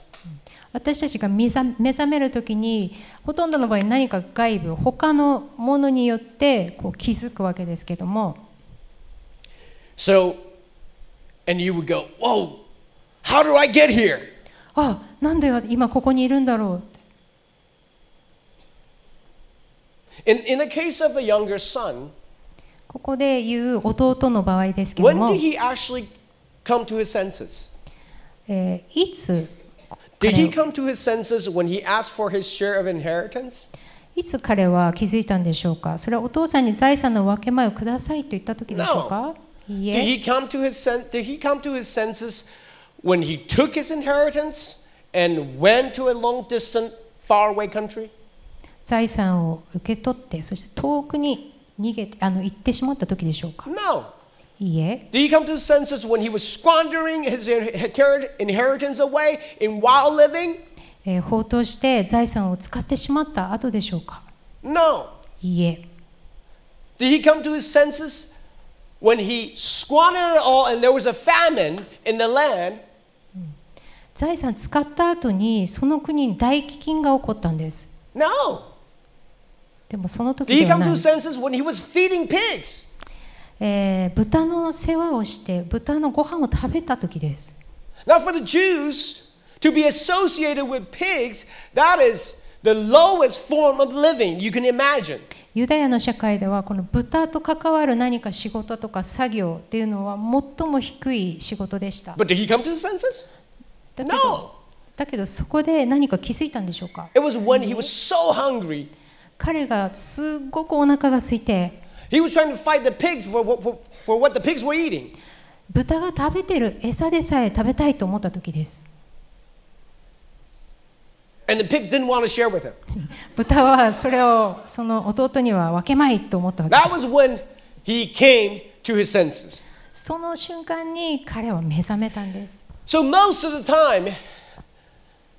Speaker 2: 私たちが目覚目覚めるときにほとんどの場合何か外部他のものによってこう気づくわけですけども
Speaker 1: So, and you would go, Whoa, how do I get here?
Speaker 2: あなんで今ここにいるんだろう
Speaker 1: In, in the case of a younger son,
Speaker 2: ここで言う弟の場合ですけど
Speaker 1: when
Speaker 2: も
Speaker 1: did、he actually come to his senses?
Speaker 2: えーいつ
Speaker 1: Did he
Speaker 2: 彼
Speaker 1: come to his senses when he asked for his share of inheritance?
Speaker 2: いつ彼は気づいたんでしょうかそれはお父さんに財産の分け前をくださいと言った時でしょうか、いい
Speaker 1: Did
Speaker 2: え
Speaker 1: he come to his sen- did he come to his senses when he took his inheritance and went to a long distant faraway country?
Speaker 2: 財産を受け取ってそして遠くに逃げてあの行ってしまった時でしょうか
Speaker 1: No.
Speaker 2: いいえ
Speaker 1: Did he come to his senses when he was squandering his inher- inheritance away in wild living?
Speaker 2: えー放蕩して財産を使ってしまった後でしょうか
Speaker 1: No.
Speaker 2: いいえ
Speaker 1: Did he come to his senses when he squandered it all and there was a famine in the land?
Speaker 2: 財産使った後にその国に大飢饉が起こったんです
Speaker 1: No.
Speaker 2: でもその時
Speaker 1: Did he
Speaker 2: では
Speaker 1: come to
Speaker 2: ない
Speaker 1: his、senses when he was feeding pigs?
Speaker 2: えー豚の世話をして豚のご飯を食べた時です
Speaker 1: Now, for the Jews to be associated with pigs, that is the lowest form of living you can imagine.
Speaker 2: ユダヤの社会ではこの豚と関わる何か仕事とか作業っていうのは最も低い仕事でしただ
Speaker 1: But did he come to his senses?
Speaker 2: けど
Speaker 1: No.
Speaker 2: だけどそこで何か気づいたんでしょうか
Speaker 1: It was when he was so hungry,
Speaker 2: 彼がすっごくお腹が空いて
Speaker 1: he was trying to fight the pigs for, what- for, for what the pigs were eating.
Speaker 2: 豚が食べてる餌でさえ食べたいと思った時です
Speaker 1: And the pigs didn't want to share with him.
Speaker 2: 豚はそれをその弟には分けまいと思ったわけ
Speaker 1: That was when he came to his senses.
Speaker 2: その瞬間に彼は目覚めたんです
Speaker 1: So, most of the time,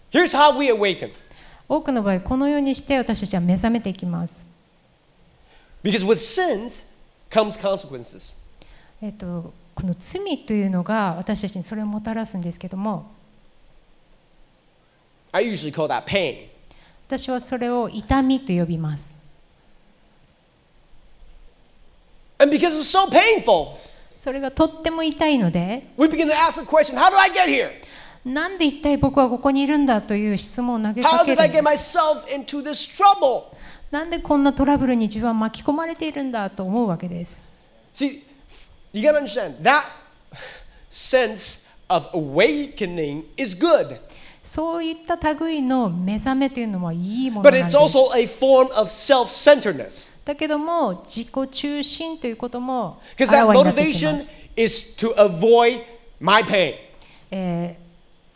Speaker 1: here's how we awaken.
Speaker 2: 多くの場合このようにして私たちは目覚めていきます
Speaker 1: Because with sins comes consequences.
Speaker 2: えっと、この罪というのが私たちにそれをもたらすんですけども
Speaker 1: I usually call that pain.
Speaker 2: 私はそれを痛みと呼びます
Speaker 1: And because it's so painful,
Speaker 2: それがとっても痛いので
Speaker 1: we begin to ask the question how did I get here?
Speaker 2: なんで一体僕はここにいるんだという質問を投げ
Speaker 1: How
Speaker 2: かけ
Speaker 1: did
Speaker 2: る
Speaker 1: I
Speaker 2: んで
Speaker 1: get
Speaker 2: す
Speaker 1: myself into this trouble?
Speaker 2: なんでこんなトラブルに自分は巻き込まれているんだと思うわけです
Speaker 1: See, you gotta understand that sense of awakening is good,
Speaker 2: そういった類の目覚めというのはいいもの
Speaker 1: but
Speaker 2: なんで
Speaker 1: it's
Speaker 2: す
Speaker 1: also a form of self centeredness
Speaker 2: だけども自己中心ということもあ
Speaker 1: because
Speaker 2: ら
Speaker 1: that
Speaker 2: わになってき
Speaker 1: motivation
Speaker 2: ます
Speaker 1: is to avoid my pain,
Speaker 2: えー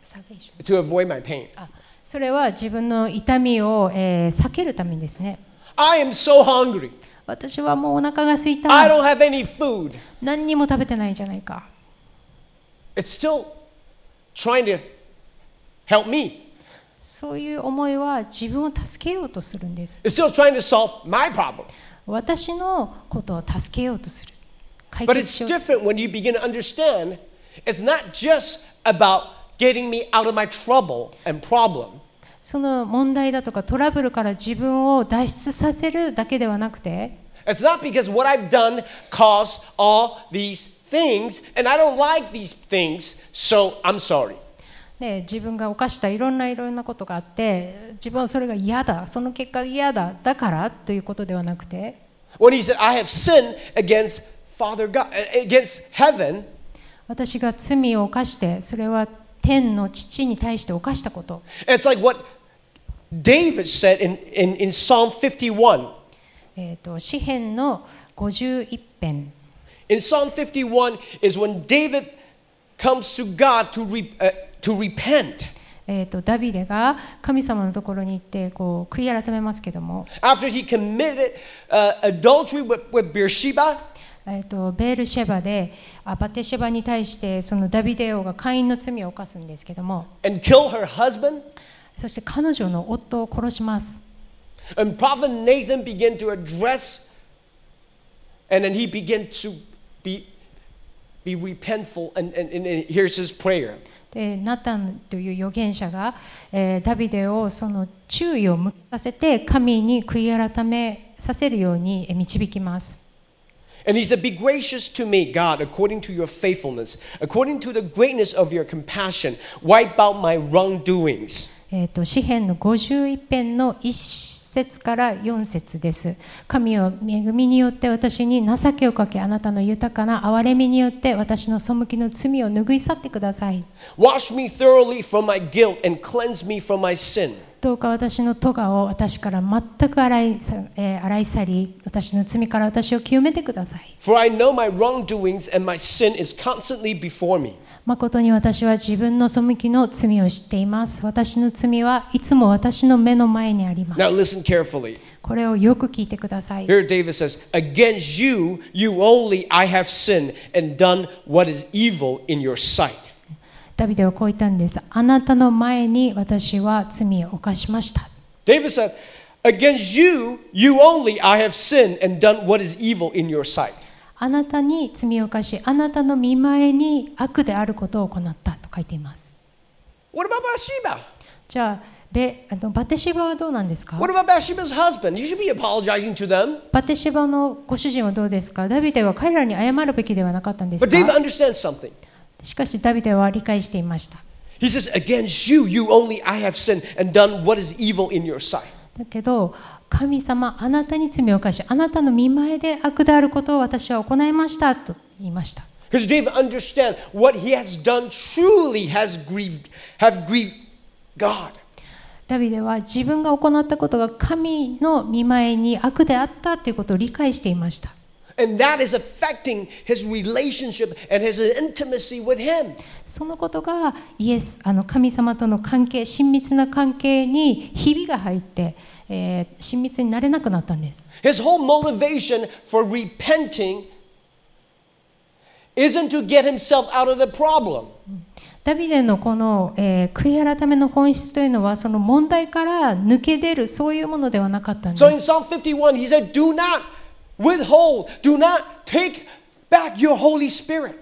Speaker 2: 下げ一緒
Speaker 1: to
Speaker 2: に
Speaker 1: avoid my pain.
Speaker 2: あそれは自分の痛みを、えー避けるためにですね
Speaker 1: I am so hungry.
Speaker 2: あ私はもうお腹が空い
Speaker 1: I
Speaker 2: た
Speaker 1: don't have any food.
Speaker 2: 何にも食べてないじゃないか
Speaker 1: It's still trying to help me.
Speaker 2: そういう思いは自分を助けようとするんです
Speaker 1: It's still trying to solve my problem.
Speaker 2: 私のことを助けようとする解
Speaker 1: But
Speaker 2: 決
Speaker 1: it's
Speaker 2: しようとする
Speaker 1: different when you begin to understand it's not just about getting me out of my trouble and problem.
Speaker 2: その問題だとかトラブルから自分を脱出させるだけではなくて
Speaker 1: It's not because what I've done caused all these things and I don't like these things, so I'm sorry.
Speaker 2: ね、自分が犯したいろんないろんなことがあって自分はそれが嫌だその結果嫌だだからということではなくて
Speaker 1: When he said, I have sinned against Father God, against heaven,
Speaker 2: 私が罪を犯してそれは天の父に対して犯したこと
Speaker 1: it's like what David said in, in, in Psalm 51.
Speaker 2: えー、と詩篇の51編
Speaker 1: In Psalm 51 is when David comes to God to, re, uh, to repent.
Speaker 2: えー、とダビデが神様のところに行ってこう悔い改めますけども、
Speaker 1: After he committed uh, adultery with, with Beersheba,
Speaker 2: えー、とベールシェバであバテシェバに対してそのダビデ王が会員の罪を犯すんですけども
Speaker 1: and kill her husband,
Speaker 2: そして彼女の夫を殺します。
Speaker 1: and Prophet Nathan began to address, and then he began to be, be repentful, and, and, and and here's his prayer.
Speaker 2: でナタンという預言者が、えーダビデをその注意を向けさせて神に悔い改めさせるようにえー導きます。
Speaker 1: And he said, Be gracious to me, God, according to your faithfulness, according to the greatness of your compassion, wipe out my wrongdoings.
Speaker 2: えー、と詩篇の51編の1節から4節です。神を恵みによって私に情けをかけあなたの豊かな憐れみによって私の背きの罪を拭い去ってください。
Speaker 1: Wash me thoroughly from my guilt and cleanse me from my sin.
Speaker 2: どうか私の咎を私から全く洗いさえー洗い去り私の罪から私を清めてください。
Speaker 1: For I know my wrongdoings and my sin is constantly before me.
Speaker 2: 誠に私は自分の背きの罪を知っています。私の罪はいつも私の目の前にありま
Speaker 1: Now
Speaker 2: す。
Speaker 1: listen carefully.
Speaker 2: これをよく聞いてください。
Speaker 1: Here David says, Against you, you only, I have sinned and done what is evil in your sight.
Speaker 2: ダビデはこう言ったんです。あなたの前に私は罪を犯しました。
Speaker 1: David said, Against you, you only, I have sinned and done what is evil in your sight.
Speaker 2: あなたに罪を犯し、あなたの見前に悪であることを行ったと書いています。
Speaker 1: What about Bathsheba?
Speaker 2: じゃあ、ベあのバテシバはどうなんですか
Speaker 1: What about Bathsheba's husband? You should be apologizing to them.
Speaker 2: バテシバのご主人はどうですかダビデは彼らに謝るべきではなかったんです
Speaker 1: But David
Speaker 2: か
Speaker 1: understands something.
Speaker 2: しかしダビデは理解していました。
Speaker 1: He says, Against you, you only, I have sinned and done what is evil in your sight.
Speaker 2: だけど神様あなたに罪を犯しあなたの見前で悪であることを私は行いましたと言いました
Speaker 1: Because David understand what he has done truly has grieved, have grieved God.
Speaker 2: ダビデは自分が行ったことが神の見前に悪であったということを理解していました
Speaker 1: And that is affecting his relationship and his intimacy with him.
Speaker 2: そのことがイエスあの神様との関係親密な関係にひびが入って、えー親密になれなくなったんです
Speaker 1: His whole motivation for repenting isn't to get himself out of the problem.
Speaker 2: ダビデのこの、えー悔い改めの本質というのはその問題から抜け出るそういうものではなかったんです
Speaker 1: So in Psalm 51, he said, Do not withhold, do not take back your Holy Spirit.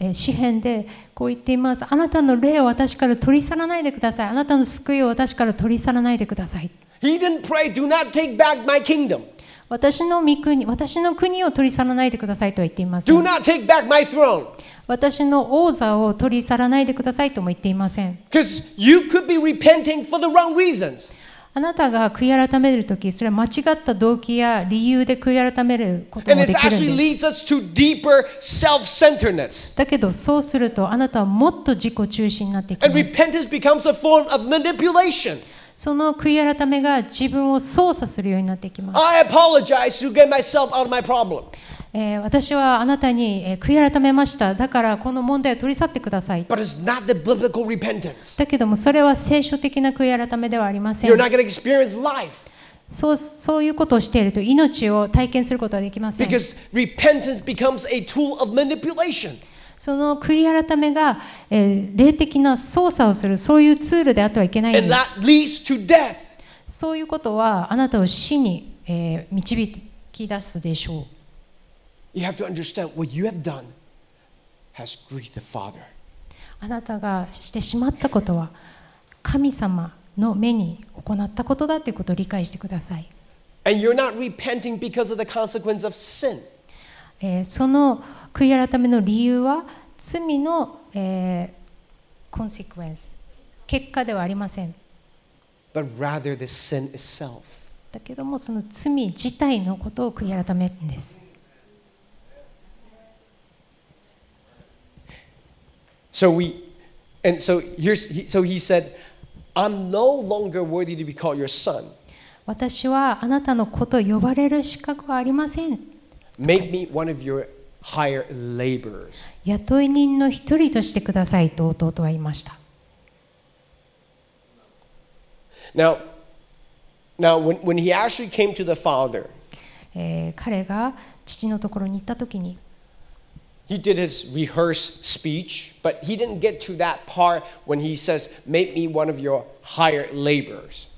Speaker 2: えー詩篇でこう言っています。あなたの霊を私から取り去らないでください。あなたの救いを私から取り去らないでください。
Speaker 1: He didn't pray, Do not take back my kingdom,
Speaker 2: 私の御国、私の国を取り去らないでくださいとは言っていませ
Speaker 1: do
Speaker 2: ん。
Speaker 1: not take back my throne.
Speaker 2: 私の王座を取り去らないでくださいとも言っていません。
Speaker 1: Because you could be repenting for the wrong reasons.
Speaker 2: あなたが悔い改めるとき、それは間違った動機や理由で悔い改めること
Speaker 1: And
Speaker 2: も
Speaker 1: it
Speaker 2: できる
Speaker 1: actually
Speaker 2: んです。
Speaker 1: leads us to deeper self centeredness.
Speaker 2: だけどそうするとあなたはもっと自己中心になっていき
Speaker 1: And
Speaker 2: ます。
Speaker 1: repentance becomes a form of manipulation.
Speaker 2: その悔い改めが自分を操作するようになっていきます。
Speaker 1: I apologize to get myself out of my problem.
Speaker 2: えー私はあなたに、えー悔い改めました。だからこの問題を取り去ってください。
Speaker 1: But it's not the biblical repentance.
Speaker 2: だけどもそれは聖書的な悔い改めではありませ
Speaker 1: You're
Speaker 2: ん。
Speaker 1: not going to experience life.
Speaker 2: そうそういうことをしていると命を体験することはできません。
Speaker 1: Because repentance becomes a tool of manipulation.
Speaker 2: その悔い改めが、えー霊的な操作をするそういうツールであってはいけないん
Speaker 1: And
Speaker 2: で
Speaker 1: that leads to death.
Speaker 2: すそういうことはあなたを死に、えー導き出すでしょう
Speaker 1: You have to understand what you have done has grieved the Father.
Speaker 2: あなたがしてしまったことは神様の目に行ったことだということを理解してください、
Speaker 1: And you're not repenting because of the consequence of sin.
Speaker 2: えーその悔い改めの理由は罪の、えー、コンセクエンス結果ではありません
Speaker 1: but rather the sin itself.
Speaker 2: だけどもその罪自体のことを悔い改めるんです
Speaker 1: So we, and so here's, he- so he said, I'm no longer worthy to be called your son.
Speaker 2: 私はあなたのことを呼ばれる資格はありません
Speaker 1: Make me one of your higher laborers.
Speaker 2: 雇い人の一人としてくださいと弟は言いました
Speaker 1: Now, now when, when he actually came to the father,
Speaker 2: えー彼が父のところに行った時に
Speaker 1: he did his rehearsed speech, but he didn't get to that part when he says, "Make me one of your higher laborers."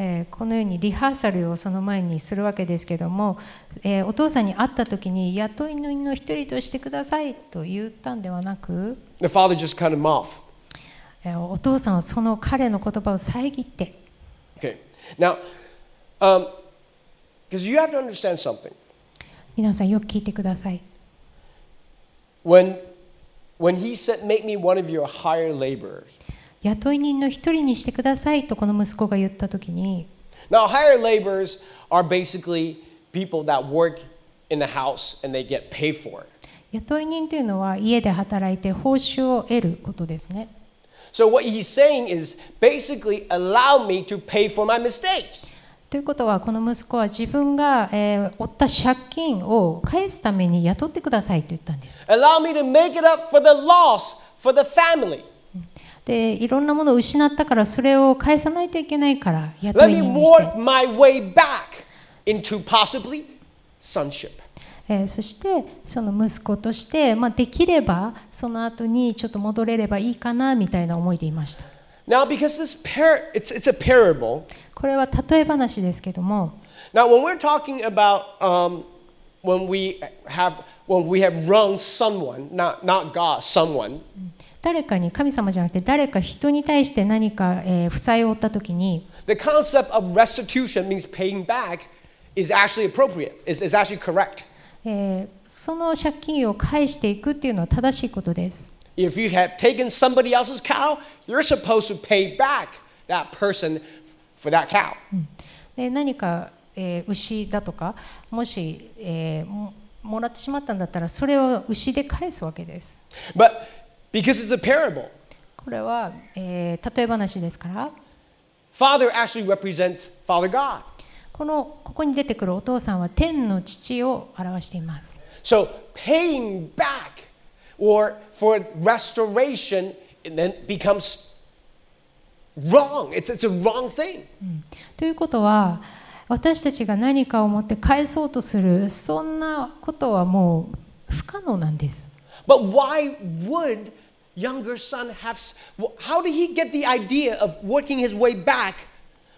Speaker 2: えーこのようにリハーサルをその前にするわけですけども、えーお父さんに会った時に雇い人の一人としてくださいと言ったんではなく、
Speaker 1: The father just cut him off.
Speaker 2: えーお父さんはその彼の言葉を遮って、
Speaker 1: Okay. Now, because you have to understand something.
Speaker 2: 皆さんよく聞いてください。
Speaker 1: When, when he said, Make me one of your higher laborers.
Speaker 2: 雇い人の一人にしてくださいとこの息子が言った時に、
Speaker 1: Now, higher laborers are basically people that work in the house and they get paid for it.
Speaker 2: 雇い人というのは家で働いて報酬を得ることですね。
Speaker 1: So, what he's saying is basically, allow me to pay for my mistakes.
Speaker 2: ということはこの息子は自分が、えー負った借金を返すために雇ってくださいと言ったんです。
Speaker 1: Allow me to make it up for the loss for the family.
Speaker 2: でいろんなものを失ったからそれを返さないといけないから雇
Speaker 1: Let
Speaker 2: い
Speaker 1: me
Speaker 2: 人にして
Speaker 1: work、my way back into possibly sonship.
Speaker 2: えーそしてその息子として、まあ、できればその後にちょっと戻れればいいかなみたいな思いでいました
Speaker 1: Now, because this par- it's, it's a parable,
Speaker 2: これは例え話ですけども
Speaker 1: Now, when we're talking about um, when we have when we have wronged someone, not not God, someone,
Speaker 2: 誰かに神様じゃなくて誰か人に対して何か、えー負債を負った時に
Speaker 1: the concept of restitution means paying back is actually appropriate. Is is actually correct.
Speaker 2: えーその借金を返していくっていうのは正しいことです
Speaker 1: If you have taken somebody else's cow, you're supposed to pay back that person for that cow.
Speaker 2: で何か、えー牛だとかもし、えーももらってしまったんだったらそれを牛で返すわけです
Speaker 1: But because it's a parable,
Speaker 2: これは、えー例え話ですから
Speaker 1: Father actually represents Father God.
Speaker 2: このここに出てくるお父さんは天の父を表しています
Speaker 1: So paying back or for restoration and then becomes wrong. It's, it's a wrong thing.
Speaker 2: ということは私たちが何かを持って返そうとするそんなことはもう不可能なんです
Speaker 1: But why would younger son have s- wh- how did he get the idea of working his way back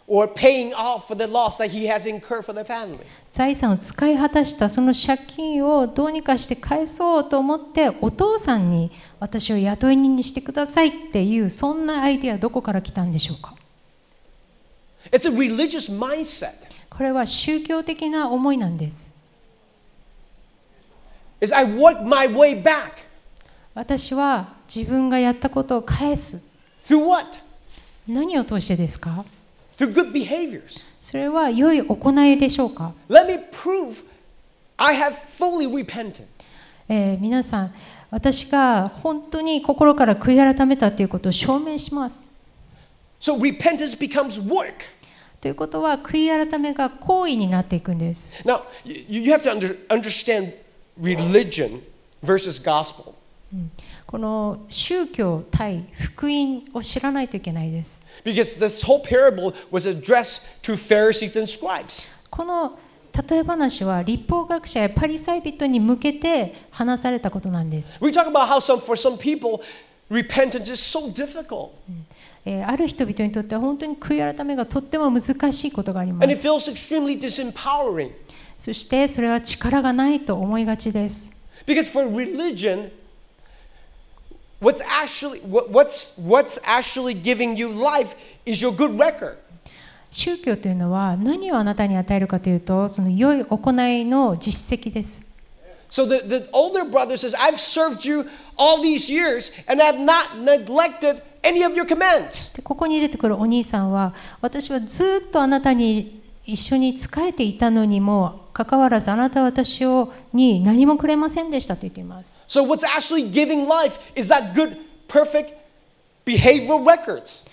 Speaker 1: or paying off for the loss that he has incurred for the family?
Speaker 2: 財産を使い果たしたその借金をどうにかして返そうと思ってお父さんに私を雇い人にしてくださいっていうそんなアイデアどこから来たんでしょうか
Speaker 1: It's a religious mindset.
Speaker 2: これは宗教的な思いなんです
Speaker 1: Is I work my way back
Speaker 2: 私は自分がやったことを返す
Speaker 1: through what?
Speaker 2: 何を通してですか
Speaker 1: Through good behaviors.
Speaker 2: それは良い行いでしょうか、
Speaker 1: Let me prove I have fully repented.
Speaker 2: えー皆さん私が本当に心から悔い改めたということを証明します
Speaker 1: So repentance becomes work.
Speaker 2: ということは悔い改めが行為になっていくんです
Speaker 1: Now, you, you have to under, understand religion versus gospel.
Speaker 2: この宗教対福音を知らないといけないです。
Speaker 1: Because this whole parable was addressed to Pharisees and scribes.
Speaker 2: この例え話は立法学者やパリサイ人に向けて話されたことなんです。
Speaker 1: We talk about how some, for some people, repentance is so difficult
Speaker 2: えーある人々にとっては本当に悔い改めがとっても難しいことがありま
Speaker 1: and it
Speaker 2: す。
Speaker 1: feels extremely disempowering.
Speaker 2: そしてそれは力がないと思いがちです。
Speaker 1: Because for religion, what's actually, what, what's, what's actually giving you life is your good record.
Speaker 2: 宗教というのは何をあなたに与えるかというとその良い行いの実績です。
Speaker 1: So the, the older brother says, I've served you all these years and I've not neglected any of your commands.
Speaker 2: でここに出てくるお兄さんは私はずっとあなたに一緒に仕えていたのにもかかわらずあなたは私をに何もくれませんでしたと言っています。
Speaker 1: So what's actually giving life is that good, perfect behavioral records.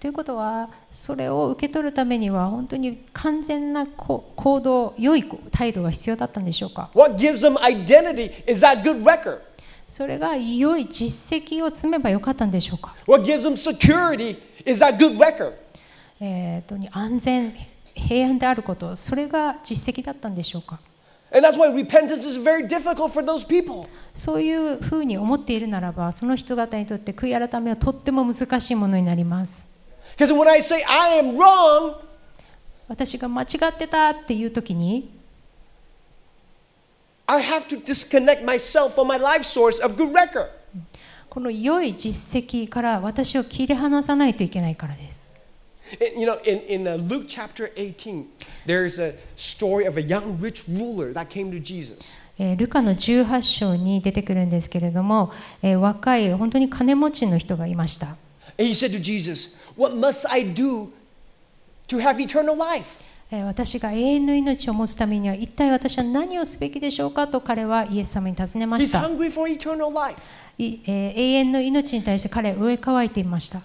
Speaker 2: ということはそれを受け取るためには本当に完全なこ行動良い態度が必要だったんでしょうか
Speaker 1: What gives them identity is that good record.
Speaker 2: それが良い実績を積めばよかったんでしょうか、
Speaker 1: What gives them security is that good record.
Speaker 2: えーと安全平安であることそれが実績だったんでしょうか
Speaker 1: And that's why repentance is very difficult for those people.
Speaker 2: そういうふうに思っているならばその人方にとって悔い改めはとっても難しいものになります
Speaker 1: Because when I say I am wrong,
Speaker 2: 私が間違ってたっていう時に
Speaker 1: I have to disconnect myself from my life source of good record.
Speaker 2: この良い実績から私を切り離さないといけないからです
Speaker 1: In- you know, in, in uh, Luke chapter 18, there's a story of a young rich ruler that came to Jesus.
Speaker 2: えールカの18章に出てくるんですけれども、えー若い本当に金持ちの人がいました
Speaker 1: And he said to Jesus, What must I do to have eternal life?
Speaker 2: えー私が永遠の命を持つためには一体私は何をすべきでしょうかと彼はイエス様に尋ねまし
Speaker 1: He's
Speaker 2: た
Speaker 1: hungry for eternal life.
Speaker 2: いえー永遠の命に対して彼は飢え渇いていました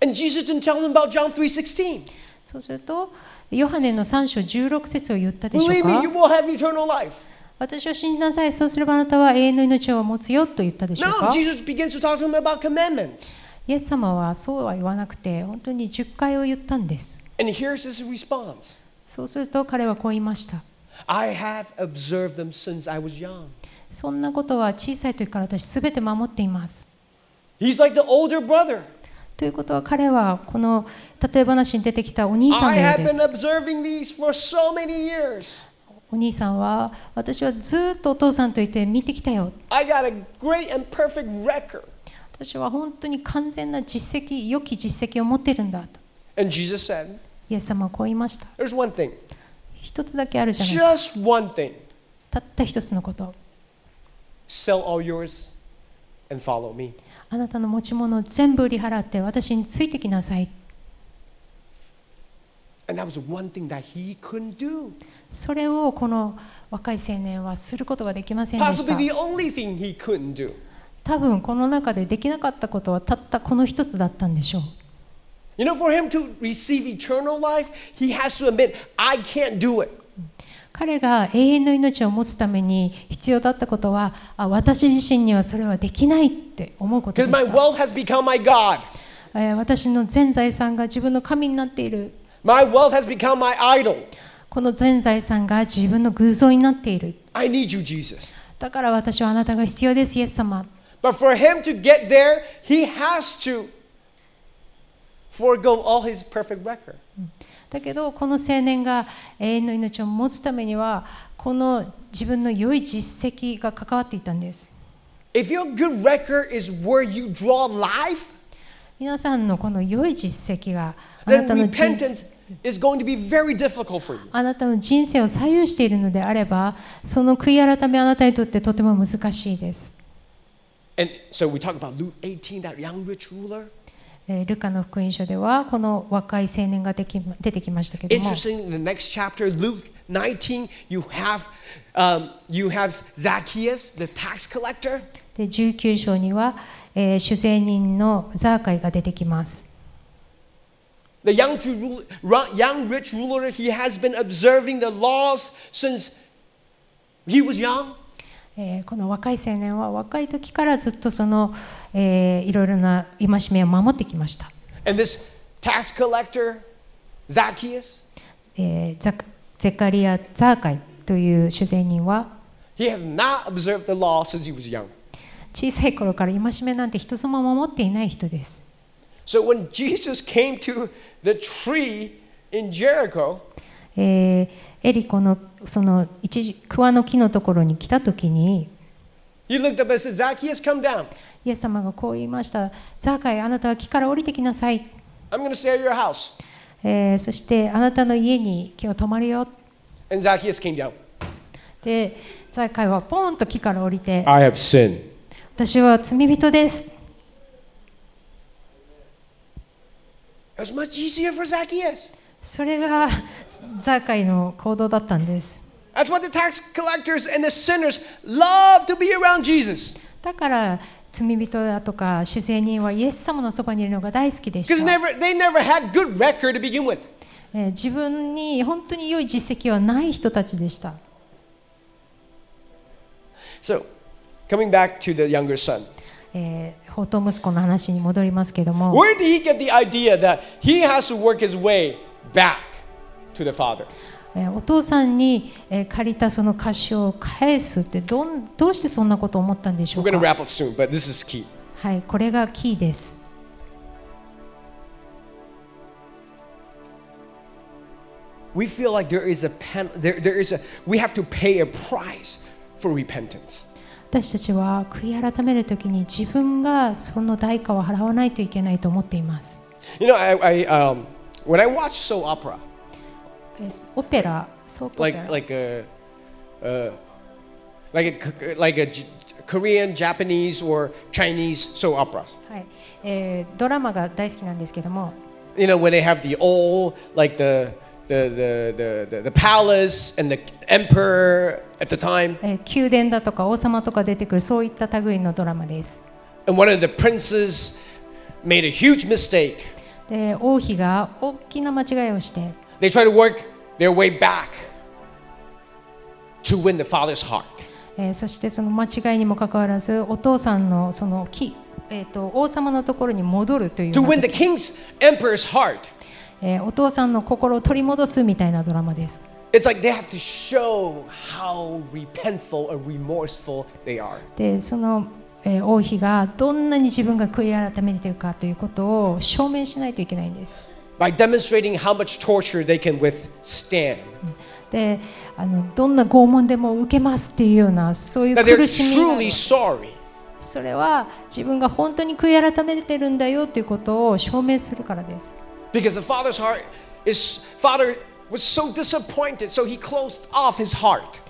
Speaker 1: And Jesus didn't tell him about John 3.16.
Speaker 2: そうするとヨハネの3章16節を言ったでしょ
Speaker 1: Believe
Speaker 2: う
Speaker 1: me, you
Speaker 2: か
Speaker 1: will have eternal life.
Speaker 2: 私を信じなさいそうすればあなたは永遠の命を持つよと言ったでしょう
Speaker 1: No,
Speaker 2: か
Speaker 1: Jesus begins to talk to him about commandments.
Speaker 2: イエス様はそうは言わなくて本当に10回を言ったんです
Speaker 1: And here's his response.
Speaker 2: そうすると彼はこう言いました
Speaker 1: I have observed them since I was young.
Speaker 2: そんなことは小さい時から私すべて守っています。
Speaker 1: He's like the older brother.
Speaker 2: ということは彼はこの例え話に出てきたお兄さ
Speaker 1: I
Speaker 2: んのよう
Speaker 1: have
Speaker 2: で
Speaker 1: been
Speaker 2: す。
Speaker 1: observing these for so many years.
Speaker 2: お兄さんは私はずっとお父さんといて見てきたよ。
Speaker 1: I got a great and perfect record.
Speaker 2: 私は本当に完全な実績、良き実績を持ってるんだと。
Speaker 1: And Jesus said,
Speaker 2: イエス様はこう言いました。
Speaker 1: There's one thing,
Speaker 2: 一つだけあるじゃないか。
Speaker 1: just one thing.
Speaker 2: たった一つのこと。
Speaker 1: Sell all yours and follow me.
Speaker 2: あなたの持ち物を全部売り払って私についてきなさい。
Speaker 1: And that was the one thing that he couldn't do.
Speaker 2: それをこの若い青年はすることができませんでし
Speaker 1: Possibly
Speaker 2: た。
Speaker 1: the only thing he couldn't do.
Speaker 2: 多分この中でできなかったことはたったこの一つだったんでしょう
Speaker 1: You know, for him to receive eternal life, he has to admit, I can't do it.
Speaker 2: 彼が永遠の命を持つために必要だったことはあ私自身にはそれはできないって思うこと
Speaker 1: Because
Speaker 2: で
Speaker 1: my
Speaker 2: した、
Speaker 1: wealth has become my God.
Speaker 2: えー私の全財産が自分の神になっている
Speaker 1: My wealth has become my idol.
Speaker 2: この全財産が自分の偶像になっている
Speaker 1: I need you, Jesus.
Speaker 2: だから私はあなたが必要ですイエス様
Speaker 1: But for him to get there, he has to forego all his perfect record.
Speaker 2: だけどこの青年が永遠の命を持つためにはこの自分の良い実績が関わっていたんです
Speaker 1: If your good record is where you draw life,
Speaker 2: 皆さんのこの良い実績があな
Speaker 1: then
Speaker 2: たの人生
Speaker 1: repentance is going to be very difficult for you.
Speaker 2: あなたの人生を左右しているのであればその悔い改めはあなたにとってとても難しいです、
Speaker 1: And so we talk about Luke 18, that young rich ruler.
Speaker 2: えールカの福音書ではこの若い青年ができ出てきましたけども
Speaker 1: Interesting, in the next chapter, Luke 19, you have, um, you have Zacchaeus, the tax collector.
Speaker 2: で19章には、えー、主税人のザーカイが出てきます
Speaker 1: The young, true ruler, ru- young rich ruler, he has been observing the laws since he was young.
Speaker 2: ええーこの若い青年は若い時からずっとその、えーいろいろな戒めを守ってきました、
Speaker 1: And this tax collector, Zacchaeus,
Speaker 2: えーザクゼカリア・ザーカイという主税人は
Speaker 1: he has not observed the law since he was young.
Speaker 2: 小さい頃から戒めなんて一つも守っていない人です
Speaker 1: So when Jesus came to the tree in Jericho,
Speaker 2: えーエリコのその一時桑の木のところに来た時に
Speaker 1: he looked up and said, Zacchaeus, come down.
Speaker 2: イエス様がこう言いました「ザーカイあなたは木から降りてきなさい
Speaker 1: I'm going to stay at your house.」
Speaker 2: えーそしてあなたの家に今日泊まるよ
Speaker 1: And Zacchaeus came down.
Speaker 2: でザーカイはポンと木から降りて
Speaker 1: I have sinned.
Speaker 2: 「私は罪人です」
Speaker 1: It was much easier for Zacchaeus.
Speaker 2: それがザーカイの行動だったんです
Speaker 1: That's why the tax collectors and the sinners love to be around Jesus
Speaker 2: だから罪人だとか主税人はイエス様のそばにいるのが大好きでし
Speaker 1: because
Speaker 2: た、
Speaker 1: never, they never had good record to begin with.
Speaker 2: えー自分に本当に良い実績はない人たちでした
Speaker 1: So, coming back to the younger son,
Speaker 2: えー放蕩息子の話に戻りますけども、
Speaker 1: where did he get the idea that he has to work his way back to the father?
Speaker 2: えーお父さんに、えー借りたその歌詞を返すってどんどうしてそんなことを思ったんでしょ
Speaker 1: We're
Speaker 2: う
Speaker 1: going to
Speaker 2: か
Speaker 1: wrap up soon, but this is key.
Speaker 2: はいこれがキーです
Speaker 1: We feel like there is a pen, there, there is a we have to pay a price for repentance.
Speaker 2: 私たちは悔い改めるときに自分がその代価を払わないといけないと思っています、
Speaker 1: You know, I, I um, when I watch soap opera,
Speaker 2: えーオペラそうオペ
Speaker 1: like
Speaker 2: ラ
Speaker 1: like a, uh, like a K- like a J- Korean, Japanese, or Chinese soap operas.
Speaker 2: はいえードラマが大好きなんですけども
Speaker 1: You know, when they have the old like the the the the, the, the palace and the emperor at the time,
Speaker 2: えー宮殿だとか王様とか出てくるそういった類のドラマです
Speaker 1: and one of the princes made a huge mistake.
Speaker 2: で王妃が大きな間違いをして
Speaker 1: They try to work their way back to win the father's heart.
Speaker 2: えーそしてその間違いにもかかわらずお父さんのそのき、えー、と王様のところに戻るという
Speaker 1: To
Speaker 2: よう
Speaker 1: win
Speaker 2: な
Speaker 1: the king's emperor's heart.
Speaker 2: えーお父さんの心を取り戻すみたいなドラマです
Speaker 1: It's like they have to show how repentful and remorseful they are.
Speaker 2: でその、えー王妃がどんなに自分が悔い改めているかということを証明しないといけないんです
Speaker 1: By demonstrating how much torture they can withstand.
Speaker 2: であのどんな拷問でも受けますっていうようなそういう
Speaker 1: That they're
Speaker 2: 苦しみがある
Speaker 1: truly sorry.
Speaker 2: それは自分が本当に悔い改めてるんだよということを証明するからです
Speaker 1: Because the father's heart is father was so disappointed, so he closed off his heart.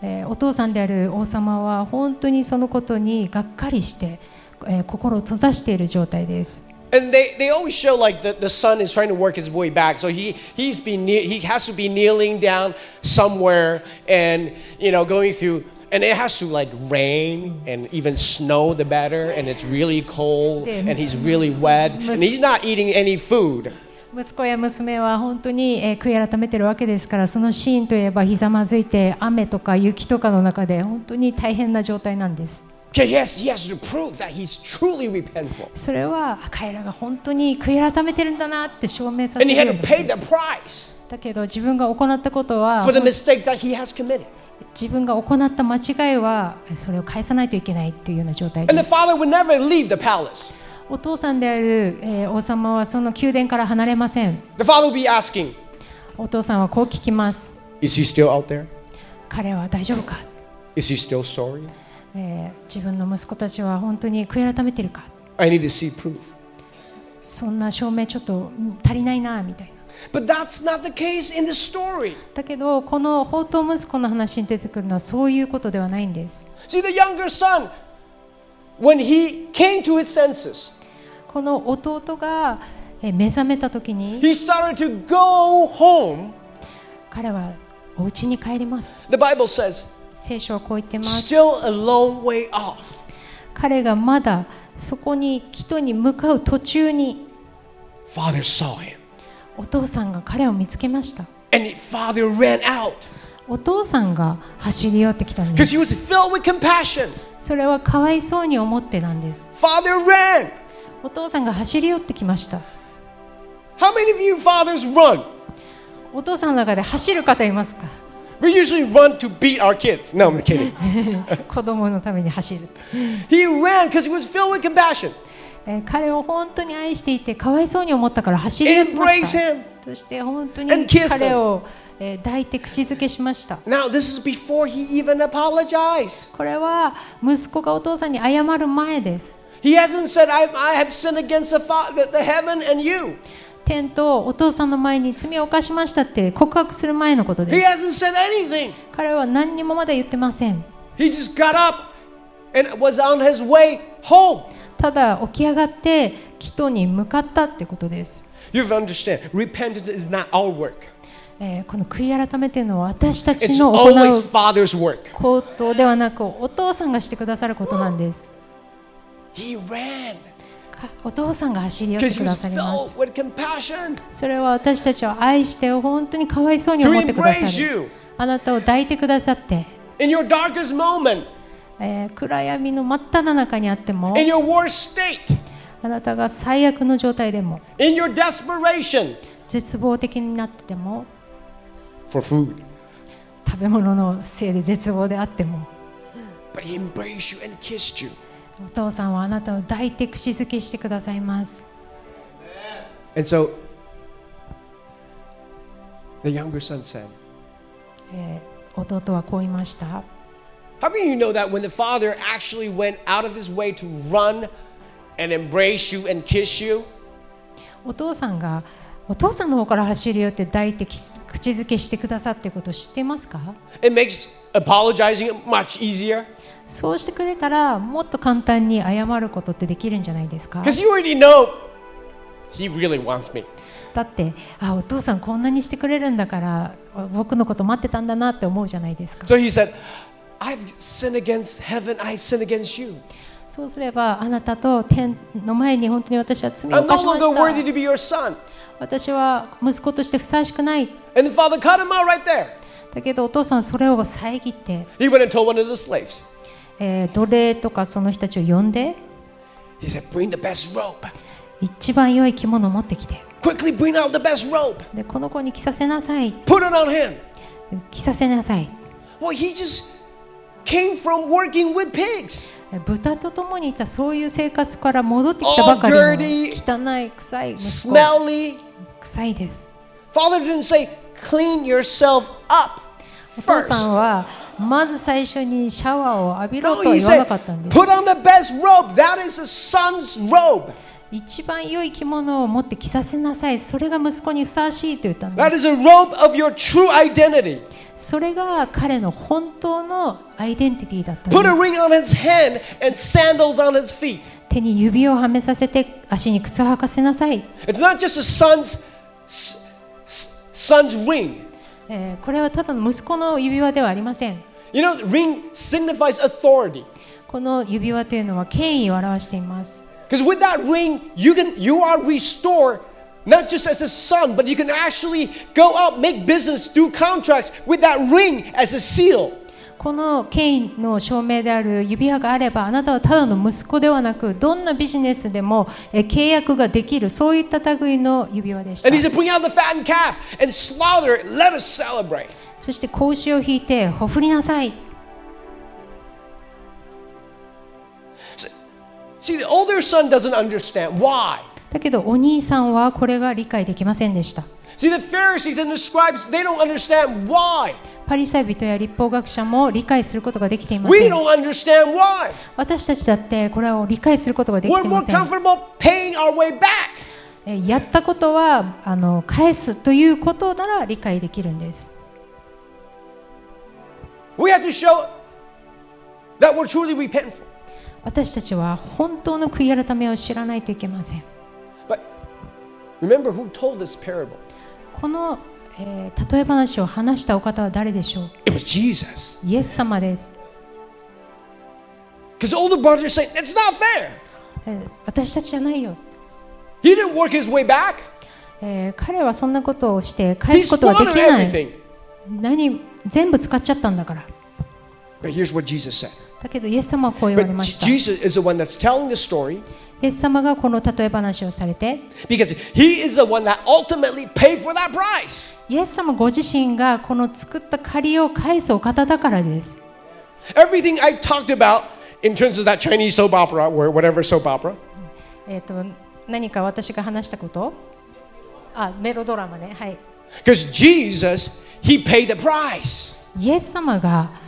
Speaker 2: えーお父さんである王様は本当にそのことにがっかりして、えー心を閉ざしている状態です、
Speaker 1: And they, they always show like the, the son is trying to work his way back. So he, he's been knee- he has to be kneeling down somewhere and you know going through and it has to like rain and even snow the better and it's really cold and he's really wet and he's not eating any food.
Speaker 2: 息子や娘は本当に、えー悔い改めてるわけですからそのシーンといえばひざまずいて雨とか雪とかの中で本当に大変な状態なんです
Speaker 1: Okay, he has, he has to prove that he's truly repentful.
Speaker 2: それはあ彼らが本当に悔い改めてるんだなって証明させ
Speaker 1: And
Speaker 2: る
Speaker 1: he
Speaker 2: よう
Speaker 1: had
Speaker 2: な
Speaker 1: to
Speaker 2: こ
Speaker 1: pay
Speaker 2: とで
Speaker 1: the
Speaker 2: す
Speaker 1: price
Speaker 2: だけど自分が行ったことは
Speaker 1: for the mistakes that he has committed.
Speaker 2: 自分が行った間違いはそれを返さないといけないというような状態
Speaker 1: And
Speaker 2: で
Speaker 1: the
Speaker 2: す
Speaker 1: father would never leave the palace.
Speaker 2: お父さんである、えー王様はその宮殿から離れません
Speaker 1: The father would be asking,
Speaker 2: お父さんはこう聞きます
Speaker 1: Is he still out there?
Speaker 2: 彼は大丈夫か、
Speaker 1: Is he still sorry?
Speaker 2: えー自分の息子たちは本当に悔い改めてるか
Speaker 1: I need to see proof.
Speaker 2: そんな証明ちょっとうん足りないなみたいな
Speaker 1: But that's not the case in the story.
Speaker 2: だけどこの放蕩息子の話に出てくるのはそういうことではないんです
Speaker 1: See, the younger son, when he came to his senses,
Speaker 2: この弟が、えー目覚めた時に
Speaker 1: he started to go home.
Speaker 2: 彼はお家に帰ります
Speaker 1: The Bible says,
Speaker 2: 聖書はこう言ってます
Speaker 1: still a long way off.
Speaker 2: 彼がまだそこに帰途に向かう途中に
Speaker 1: Father saw him,
Speaker 2: お父さんが彼を見つけました
Speaker 1: and the father ran out.
Speaker 2: お父さんが走り寄ってきたんで
Speaker 1: because
Speaker 2: す
Speaker 1: he was filled with compassion.
Speaker 2: それはかわいそうに思ってなんです
Speaker 1: Father ran.
Speaker 2: お父さんが走り寄ってきました
Speaker 1: How many of you fathers run?
Speaker 2: お父さんの中で走る方います か
Speaker 1: We usually run to beat our kids. No, I'm kidding.
Speaker 2: 子供のために走る、
Speaker 1: He ran because he was filled with compassion.
Speaker 2: えー彼を本当に愛していてかわいそうに思ったから走り寄りま
Speaker 1: Embrace
Speaker 2: した
Speaker 1: him.
Speaker 2: そして本当に
Speaker 1: And kiss him.
Speaker 2: 彼を、えー抱いて口づけしました
Speaker 1: Now, this is before he even apologized.
Speaker 2: これは息子がお父さんに謝る前です
Speaker 1: He hasn't said, I, I have sinned against the, fa- the, the heaven and you.
Speaker 2: 天とお父さんの前に罪を犯しましたって告白する前のことで
Speaker 1: He
Speaker 2: す
Speaker 1: hasn't said anything.
Speaker 2: 彼は何にもまだ言ってません
Speaker 1: He just got up and was on his way home.
Speaker 2: ただ起き上がって帰途に向かったってことです、
Speaker 1: You have to understand, repentance is not our work.
Speaker 2: えーこの悔い改めというのは私たち
Speaker 1: It's
Speaker 2: の
Speaker 1: always
Speaker 2: 行う
Speaker 1: Father's work.
Speaker 2: 行動ではなくお父さんがしてくださることなんです
Speaker 1: He ran
Speaker 2: かお父さんが走り寄っ
Speaker 1: because
Speaker 2: て
Speaker 1: he
Speaker 2: くだ
Speaker 1: was
Speaker 2: さります
Speaker 1: filled with compassion.
Speaker 2: それは私たちを愛して本当にかわいそうに
Speaker 1: To
Speaker 2: 思ってくださ
Speaker 1: embrace
Speaker 2: る
Speaker 1: you
Speaker 2: あなたを抱いてくださって、
Speaker 1: in your darkest moment,
Speaker 2: えー暗闇の真っ只中にあっても
Speaker 1: in your worst state,
Speaker 2: あなたが最悪の状態でも
Speaker 1: in your desperation
Speaker 2: 絶望的になってても
Speaker 1: for food.
Speaker 2: 食べ物のせいで絶望であっても
Speaker 1: But he embraced you and kissed you.
Speaker 2: お父さんはあなたを抱いて口づけしてくださいます。
Speaker 1: And so the younger son said,
Speaker 2: えー弟はこう言いました。
Speaker 1: How can you know that when the father actually went out of his way to run and embrace you and kiss you?
Speaker 2: お父さんがお父さんの方から走り寄って抱いてき口づけしてくださってこと知ってますか
Speaker 1: It makes apologizing much easier
Speaker 2: そうしてくれたらもっと簡単に謝ることってできるんじゃないですか
Speaker 1: because you already know he really wants me.
Speaker 2: だってあお父さんこんなにしてくれるんだから僕のこと待ってたんだなって思うじゃないですか
Speaker 1: So he said, I've sinned against heaven, I've sinned against you.
Speaker 2: そうすればあなたと天の前に本当に私は罪を
Speaker 1: I'm
Speaker 2: 犯
Speaker 1: no
Speaker 2: しま
Speaker 1: longer worthy
Speaker 2: した
Speaker 1: to be your son.
Speaker 2: 私は息子としてふさわしくない
Speaker 1: And the father cut him out right there.
Speaker 2: だけどお父さんそれを遮って、
Speaker 1: He went and told one of the slaves.
Speaker 2: えー奴隷とかその人たちを呼んで
Speaker 1: He said, Bring the best rope.
Speaker 2: 一番良い着物を持ってきて
Speaker 1: Quickly bring out the best rope.
Speaker 2: でこの子に着させなさい
Speaker 1: Put it on him.
Speaker 2: 着させなさい
Speaker 1: Well, he just came from working with pigs.
Speaker 2: 豚と共にいたそういう生活から戻ってきたばかり
Speaker 1: All dirty
Speaker 2: の汚い臭い息子
Speaker 1: Smelly.
Speaker 2: 臭いです
Speaker 1: Father didn't say, Clean yourself up
Speaker 2: お父さ
Speaker 1: first.
Speaker 2: んはまず最初にシャワーを浴びろ
Speaker 1: No,
Speaker 2: とは
Speaker 1: he
Speaker 2: 言わ
Speaker 1: said,
Speaker 2: なかったんです
Speaker 1: Put on the best robe. That is the son's robe.
Speaker 2: 一番良い着物を持って着させなさいそれが息子にふさわしいと言ったんで
Speaker 1: That is a robe of your true identity.
Speaker 2: すそれが彼の本当のアイデンティティだったん
Speaker 1: Put a
Speaker 2: です
Speaker 1: ring on his hand and sandals on his feet.
Speaker 2: 手に指をはめさせて足に靴を履かせなさい、
Speaker 1: It's not just a son's s- s- son's ring.
Speaker 2: えーこれはただの息子の指輪ではありません
Speaker 1: You know, ring signifies authority.
Speaker 2: この指輪というのは権威を表しています
Speaker 1: Because with that ring, you can you are restored not just as a son, but you can actually go out, make business, do contracts with that ring as a seal.
Speaker 2: この権威の証明である指輪があればあなたはただの息子ではなくどんなビジネスでもえー契約ができるそういった類の指輪でした
Speaker 1: And he said, Bring out the fattened calf and slaughter it. Let us celebrate.
Speaker 2: そして格子を引いてほふりなさい
Speaker 1: See, the older son doesn't understand why.
Speaker 2: だけどお兄さんはこれが理解できませんでした
Speaker 1: See, the Pharisees and the scribes, they don't understand why.
Speaker 2: パリサイ人や立法学者も理解することができていま
Speaker 1: We
Speaker 2: せん
Speaker 1: don't understand why.
Speaker 2: 私たちだってこれを理解することができ
Speaker 1: We're
Speaker 2: ていま
Speaker 1: more
Speaker 2: せん
Speaker 1: comfortable paying our way back.
Speaker 2: えやったことはあの返すということなら理解できるんです
Speaker 1: We have to show that we're truly repentful.
Speaker 2: 私たちは本当の悔い改めを知らないといけません
Speaker 1: But remember who told this parable?
Speaker 2: この、えー例え話を話したお方は誰でしょう
Speaker 1: It was Jesus.
Speaker 2: イエス様です、
Speaker 1: Because the older brothers say, it's not fair.
Speaker 2: えー私たちじゃないよ、
Speaker 1: He didn't work his way back.
Speaker 2: えー彼はそんなことをして
Speaker 1: He
Speaker 2: 返すことはで
Speaker 1: squandered
Speaker 2: きない
Speaker 1: everything.
Speaker 2: 何全部使っちゃったんだから。
Speaker 1: But here's what Jesus said.
Speaker 2: だけど、イエス様はこう言われ
Speaker 1: But
Speaker 2: ました。イ
Speaker 1: Jesus is the one that's telling the story
Speaker 2: エス様がこの例え話をされて、
Speaker 1: because he is the one that ultimately paid for that price.
Speaker 2: イエス様ご自身がこの作った借りを返すお方だからです。
Speaker 1: Everything I talked about in terms of that Chinese soap opera or whatever soap opera,
Speaker 2: えっ、と何か私が話したこと？あ、メロドラマね。はい。
Speaker 1: because Jesus, he paid the price.
Speaker 2: イエス様が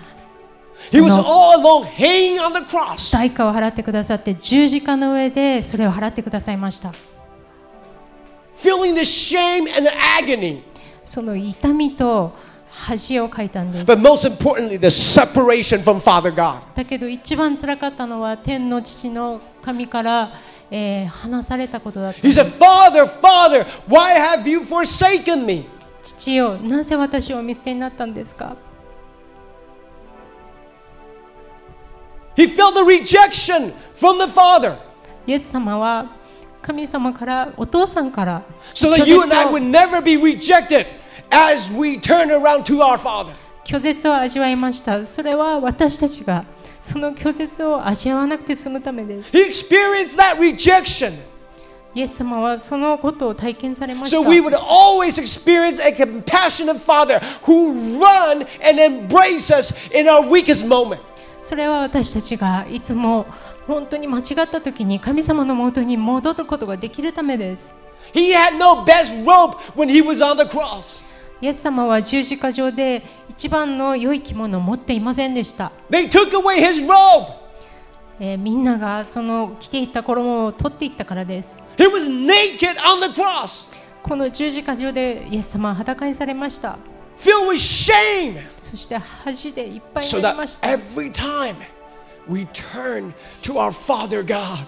Speaker 1: He was
Speaker 2: その
Speaker 1: all alone hanging on the cross.
Speaker 2: 代価を払ってくださって十字架の上でそれを払ってくださいました。
Speaker 1: feeling the shame and the agony,
Speaker 2: その痛みと恥をかいたんです
Speaker 1: but。most importantly, the separation from Father God.
Speaker 2: だけど一番辛かったのは天の父の神から、えー離されたことだったん
Speaker 1: He
Speaker 2: で
Speaker 1: said,
Speaker 2: す。
Speaker 1: Father, Father, why have you forsaken me?
Speaker 2: 父よ、なぜ私をお見捨てになったんですか
Speaker 1: He felt the rejection from the Father
Speaker 2: イエス様は神様からお父さんから
Speaker 1: so that
Speaker 2: 拒絶
Speaker 1: you and I
Speaker 2: を
Speaker 1: would never be rejected as we turn around to our Father.
Speaker 2: 拒絶を味わいましたそれは私たちがその拒絶を味わわなくて済むためです
Speaker 1: He experienced that rejection
Speaker 2: イエス様はそのことを体験されまし
Speaker 1: so we would
Speaker 2: た
Speaker 1: always experience a compassionate Father who run and embrace us in our weakest moment.
Speaker 2: それは私たちがいつも本当に間違った時に神様のもとに戻ることができるためです
Speaker 1: He had no best robe when he was on the cross.
Speaker 2: イエス様は十字架上で一番の良い着物を持っていませんでした、
Speaker 1: They took away his robe.
Speaker 2: えーみんながその着ていた衣を取っていったからです
Speaker 1: He was naked on the cross,
Speaker 2: この十字架上でイエス様は裸にされました。
Speaker 1: filled with shame,
Speaker 2: そして恥でいっぱい
Speaker 1: so
Speaker 2: になりま
Speaker 1: that
Speaker 2: した。
Speaker 1: every time we turn to our Father God,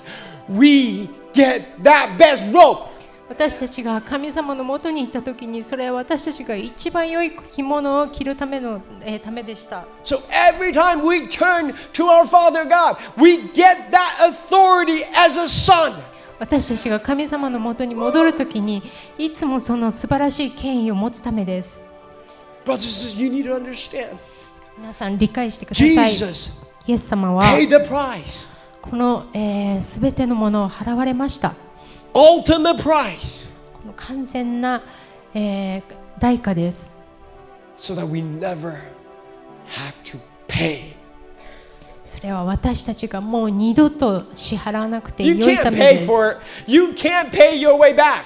Speaker 1: we get that best robe.
Speaker 2: 私たちが神様のもとに行った時に、それは私たちが一番良い着物を着るための、えーためでした。
Speaker 1: So every time we turn to our Father God, we get that authority as a son.
Speaker 2: 私たちが神様のもとに戻る時に、いつもその素晴らしい権威を持つためです。
Speaker 1: Brothers and sisters, you need to understand
Speaker 2: 皆さん理解してください。
Speaker 1: Jesus
Speaker 2: イエス様は
Speaker 1: paid the price,
Speaker 2: このすべ、えー全てのものを払われました。
Speaker 1: ultimate price,
Speaker 2: この完全な、えー代価です。
Speaker 1: so that we never have to pay.
Speaker 2: それは私たちがもう二度と支払わなくて
Speaker 1: You
Speaker 2: 良い
Speaker 1: can't
Speaker 2: ため
Speaker 1: pay
Speaker 2: です。
Speaker 1: for it. You can't pay your way back.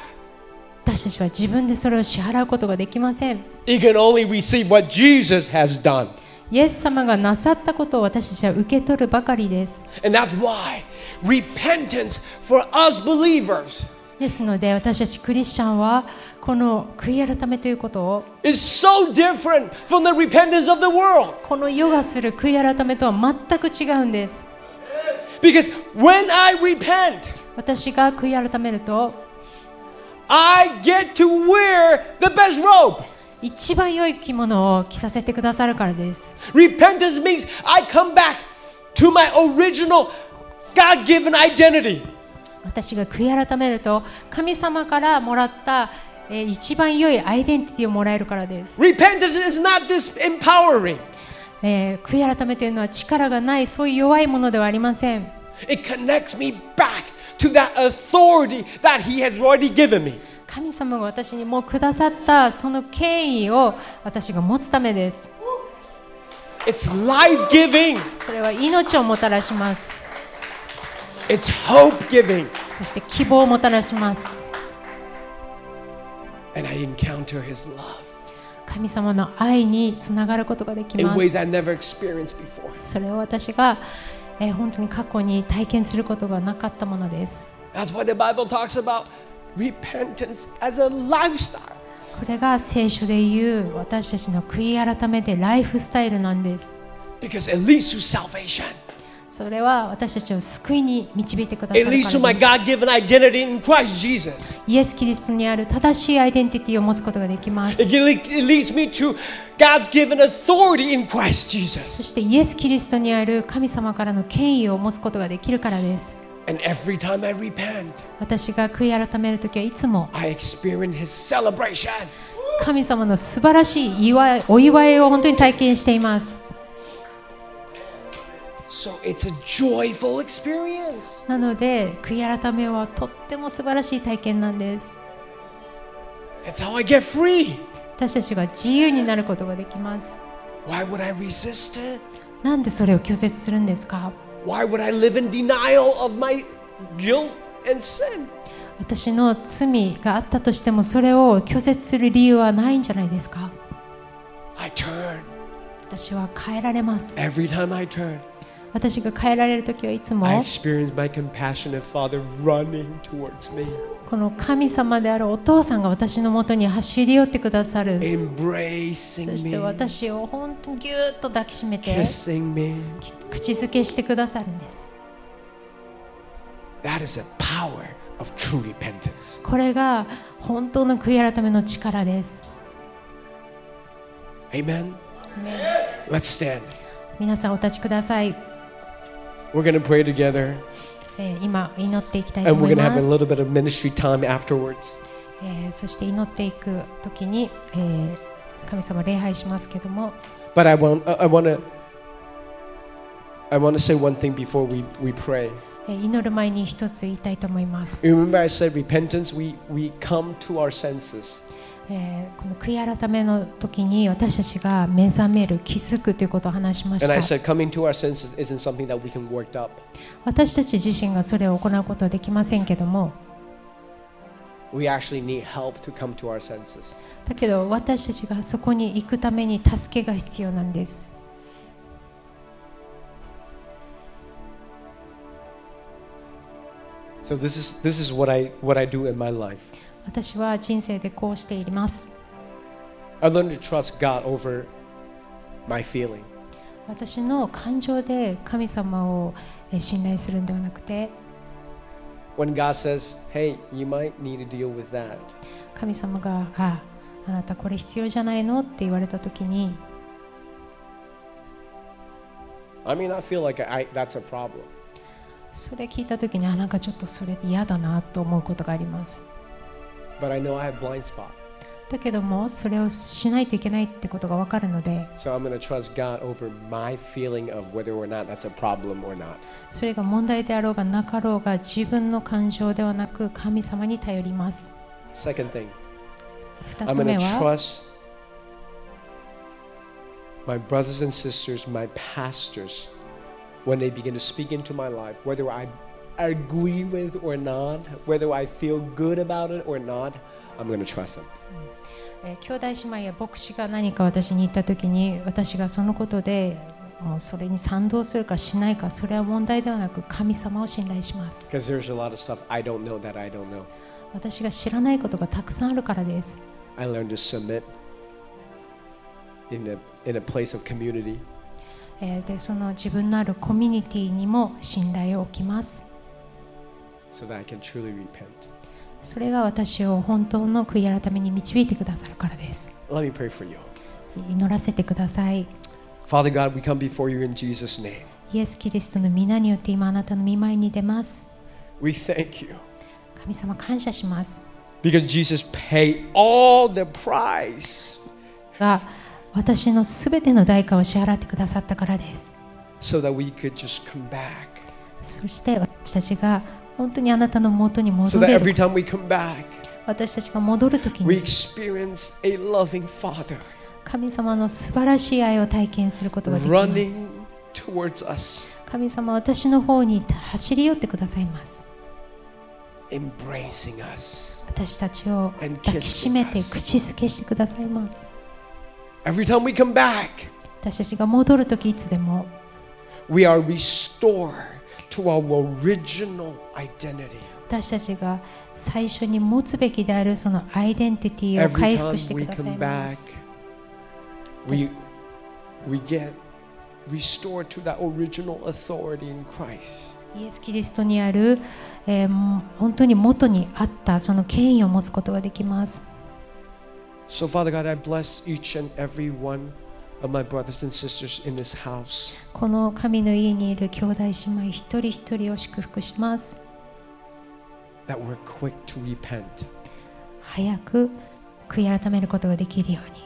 Speaker 2: 私たちは自分でそれを支払うことができません。
Speaker 1: You can only receive what Jesus has done.
Speaker 2: イエス様がなさったことを私たちは受け取るばかりです。
Speaker 1: And that's why repentance for us believers
Speaker 2: ですので私たちクリスチャンはこの悔い改めということを
Speaker 1: is so different from the repentance of the world.
Speaker 2: この世がする悔い改めとは全く違うんです。
Speaker 1: Because when I repent,
Speaker 2: 私が悔い改めると
Speaker 1: I get to wear the best robe.
Speaker 2: 一番良い着物を着させてくださるからです。
Speaker 1: Repentance means I come back to my original God given identity.
Speaker 2: 私が悔い改めると神様からもらった、えー一番良いアイデンティティをもらえるからです、
Speaker 1: Repentance is not this empowering,
Speaker 2: えー悔い改めというのは力がないそういう弱いものではありません
Speaker 1: it connects me back to that authority that He has already given me.
Speaker 2: 神様が私にもうくださったその権威を私が持つためです
Speaker 1: It's life giving.
Speaker 2: それは命をもたらします
Speaker 1: It's hope giving.
Speaker 2: そして希望をもたらします
Speaker 1: And I encounter His love
Speaker 2: 神様の愛につながることができ
Speaker 1: in
Speaker 2: ま
Speaker 1: ways
Speaker 2: す
Speaker 1: I never experienced before.
Speaker 2: それを私が、えー本当に過去に体験することがなかったものです
Speaker 1: That's why the Bible talks about repentance as a lifestyle.
Speaker 2: これが聖書で言う私たちの悔い改めでライフスタイルなんです。
Speaker 1: Because it leads to salvation,
Speaker 2: それは私たちを救いに導いてくださる
Speaker 1: it
Speaker 2: からで
Speaker 1: leads to my
Speaker 2: す。
Speaker 1: God given identity in Christ Jesus.
Speaker 2: イエス・キリストにある正しいアイデンティティを持つことができます
Speaker 1: It。ge- it leads me to God's given authority in Christ Jesus.
Speaker 2: そしてイエス・キリストにある神様からの権威を持つことができるからです。
Speaker 1: And every time I repent,
Speaker 2: 私が悔い改めるときはいつも
Speaker 1: I experience His celebration.
Speaker 2: 神様の素晴らしい祝いお祝いを本当に体験しています。
Speaker 1: So it's a joyful experience.
Speaker 2: なので、悔い改めはとっても素晴らしい体験なんです。
Speaker 1: It's how I get free.
Speaker 2: 私たちが自由になることができます。
Speaker 1: Why would I resist it?
Speaker 2: なんでそれを拒絶するんですか
Speaker 1: Why would I live in denial of my guilt and sin?
Speaker 2: 私の罪があったとしてもそれを拒絶する理由はないんじゃないですか
Speaker 1: I turn.
Speaker 2: 私は変えられます。
Speaker 1: Every time I turn,
Speaker 2: 私が変えられるときはいつ
Speaker 1: I
Speaker 2: も
Speaker 1: experience my compassionate Father running towards me,
Speaker 2: この神様であるお父さんが私のもとに走り寄ってくださる。
Speaker 1: embracing
Speaker 2: そして
Speaker 1: me,
Speaker 2: 私を本当にぎゅーっと抱きしめて
Speaker 1: kissing me.
Speaker 2: き口づけしてくださるんです。
Speaker 1: That is a power of true repentance.
Speaker 2: これが本当の悔い改めの力です。
Speaker 1: Amen. Let's stand.
Speaker 2: 皆さんお立ちください。
Speaker 1: We're going to pray together,
Speaker 2: えー今祈っていきたいと
Speaker 1: and we're
Speaker 2: 思い
Speaker 1: going to have
Speaker 2: ま
Speaker 1: a
Speaker 2: す。
Speaker 1: little bit of ministry time afterwards.
Speaker 2: えーそして祈っていくときに、えー神様礼拝しますけども、
Speaker 1: But I want, uh, I want to, I want to say one thing before we, we pray.
Speaker 2: えー祈る前に一つ言いたいと思います。
Speaker 1: You remember I said repentance, we, we come to our senses.
Speaker 2: えーこの悔い改めの時に私たちが目覚める気づくということを話しまし
Speaker 1: And I
Speaker 2: た
Speaker 1: said coming to our senses isn't something that we can work up.
Speaker 2: 私たち自身がそれを行うことはできませんけども
Speaker 1: We actually need help to come to our senses.
Speaker 2: だけど私たちがそこに行くために助けが必要なんです。
Speaker 1: So this is this is what I what I do in my life.
Speaker 2: 私は人生でこうしています。
Speaker 1: I learned to trust God over my feeling.
Speaker 2: 私の感情で神様をえー信頼するんではなくて
Speaker 1: When God says, "Hey, you might need to deal with that,"
Speaker 2: 神様が「ああなたこれ必要じゃないの?」って言われた時に
Speaker 1: I may not feel like I, that's a problem,
Speaker 2: それ聞いた時にあなんかちょっとそれ嫌だなと思うことがあります。
Speaker 1: but I know I have blind spot,
Speaker 2: だけどもそれをしないといけないってことが分かるので
Speaker 1: so I'm going to trust God over my feeling of whether or not that's a problem or not.
Speaker 2: それが問題であろうがなかろうが自分の感情ではなく神様に頼ります。
Speaker 1: Second thing,
Speaker 2: 2
Speaker 1: I'm
Speaker 2: つ目
Speaker 1: going to
Speaker 2: は
Speaker 1: trust my brothers and sisters, my pastors, when they begin to speak into my life, whether I agree with or not, whether I feel good about it or not, I'm going to trust them.
Speaker 2: えー兄弟姉妹や牧師が何か私に言った時に私がそのことでもうそれに賛同するかしないかそれは問題ではなく神様を信頼します
Speaker 1: Because there's a lot of stuff I don't know that I don't know.
Speaker 2: 私が知らないことがたくさんあるからです
Speaker 1: I learned to submit in the in a place of community.
Speaker 2: えーでその自分のあるコミュニティにも信頼を置きます
Speaker 1: So that I can truly repent.
Speaker 2: それが私を本当の悔い改めに導いてくださるからです
Speaker 1: Let me pray for you.
Speaker 2: 祈らせてください
Speaker 1: Father God, we come before you in Jesus' name.
Speaker 2: イエス・キリストの皆によって今あなたの御前に出ます
Speaker 1: We thank you.
Speaker 2: 神様感謝します
Speaker 1: Because Jesus paid all the price
Speaker 2: が私のすべての代価を支払ってくださったからです
Speaker 1: so that we could just come back.
Speaker 2: そして私たちが本当にあなたの元に
Speaker 1: So
Speaker 2: 戻
Speaker 1: that
Speaker 2: れ
Speaker 1: every
Speaker 2: る
Speaker 1: time we come back,
Speaker 2: 私たちが戻るとき
Speaker 1: we
Speaker 2: に
Speaker 1: experience a loving Father
Speaker 2: 神様の素晴らしい愛を体験することができます
Speaker 1: running towards us,
Speaker 2: 神様私の方に走り寄ってくださいます
Speaker 1: embracing us.
Speaker 2: 私たちを
Speaker 1: And kissing
Speaker 2: 抱きしめて
Speaker 1: us.
Speaker 2: 口づけしてくださいます
Speaker 1: Every time we come back,
Speaker 2: 私たちが戻るときいつでも
Speaker 1: we are restored to our original identity.
Speaker 2: 私たちが最初に持つべきであるそのアイデンティティを
Speaker 1: Every time
Speaker 2: 回復してく
Speaker 1: we
Speaker 2: ださ
Speaker 1: come
Speaker 2: いま
Speaker 1: back,
Speaker 2: す
Speaker 1: we, we get restored to that original authority in Christ.
Speaker 2: イエス・キリストにある、えーもう本当に元にあったその権威を持つことができます。
Speaker 1: So, Father God, I bless each and every one of my brothers and sisters in this house.
Speaker 2: この神の家にいる兄弟姉妹一人一人を祝福します。
Speaker 1: That we're quick to repent,
Speaker 2: 早く悔い改めることができるように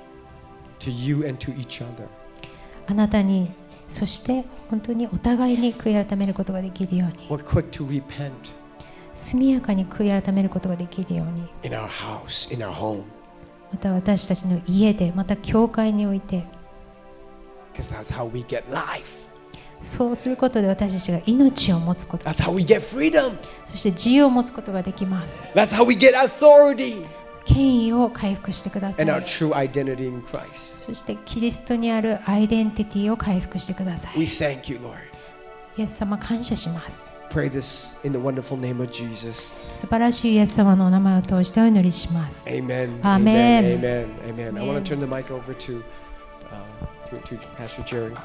Speaker 1: to you and to each other.
Speaker 2: あなたにそして本当にお互いに悔い改めることができるように
Speaker 1: We're quick to repent
Speaker 2: 速やかに悔い改めることができるように
Speaker 1: in our house, in our home,
Speaker 2: また私たちの家でまた教会において
Speaker 1: because that's how we get life.
Speaker 2: そうすることで私たちが命を持つこと
Speaker 1: That's how we get freedom.
Speaker 2: そして自由を持つことができます
Speaker 1: That's how we get authority
Speaker 2: 権威を回復してくださ
Speaker 1: and our
Speaker 2: い
Speaker 1: true identity in Christ.
Speaker 2: そしてキリストにあるアイデンティティを回復してくださ
Speaker 1: We
Speaker 2: い
Speaker 1: thank you, Lord.
Speaker 2: イエス様感謝します
Speaker 1: Pray this in the wonderful name of Jesus.
Speaker 2: 素晴らしいイエス様のお名前を通してお祈りします
Speaker 1: Amen.
Speaker 2: Amen.
Speaker 1: Amen. Amen. Amen. I want to
Speaker 2: Amen.
Speaker 1: turn the mic over to, uh, to, to Pastor Jerry.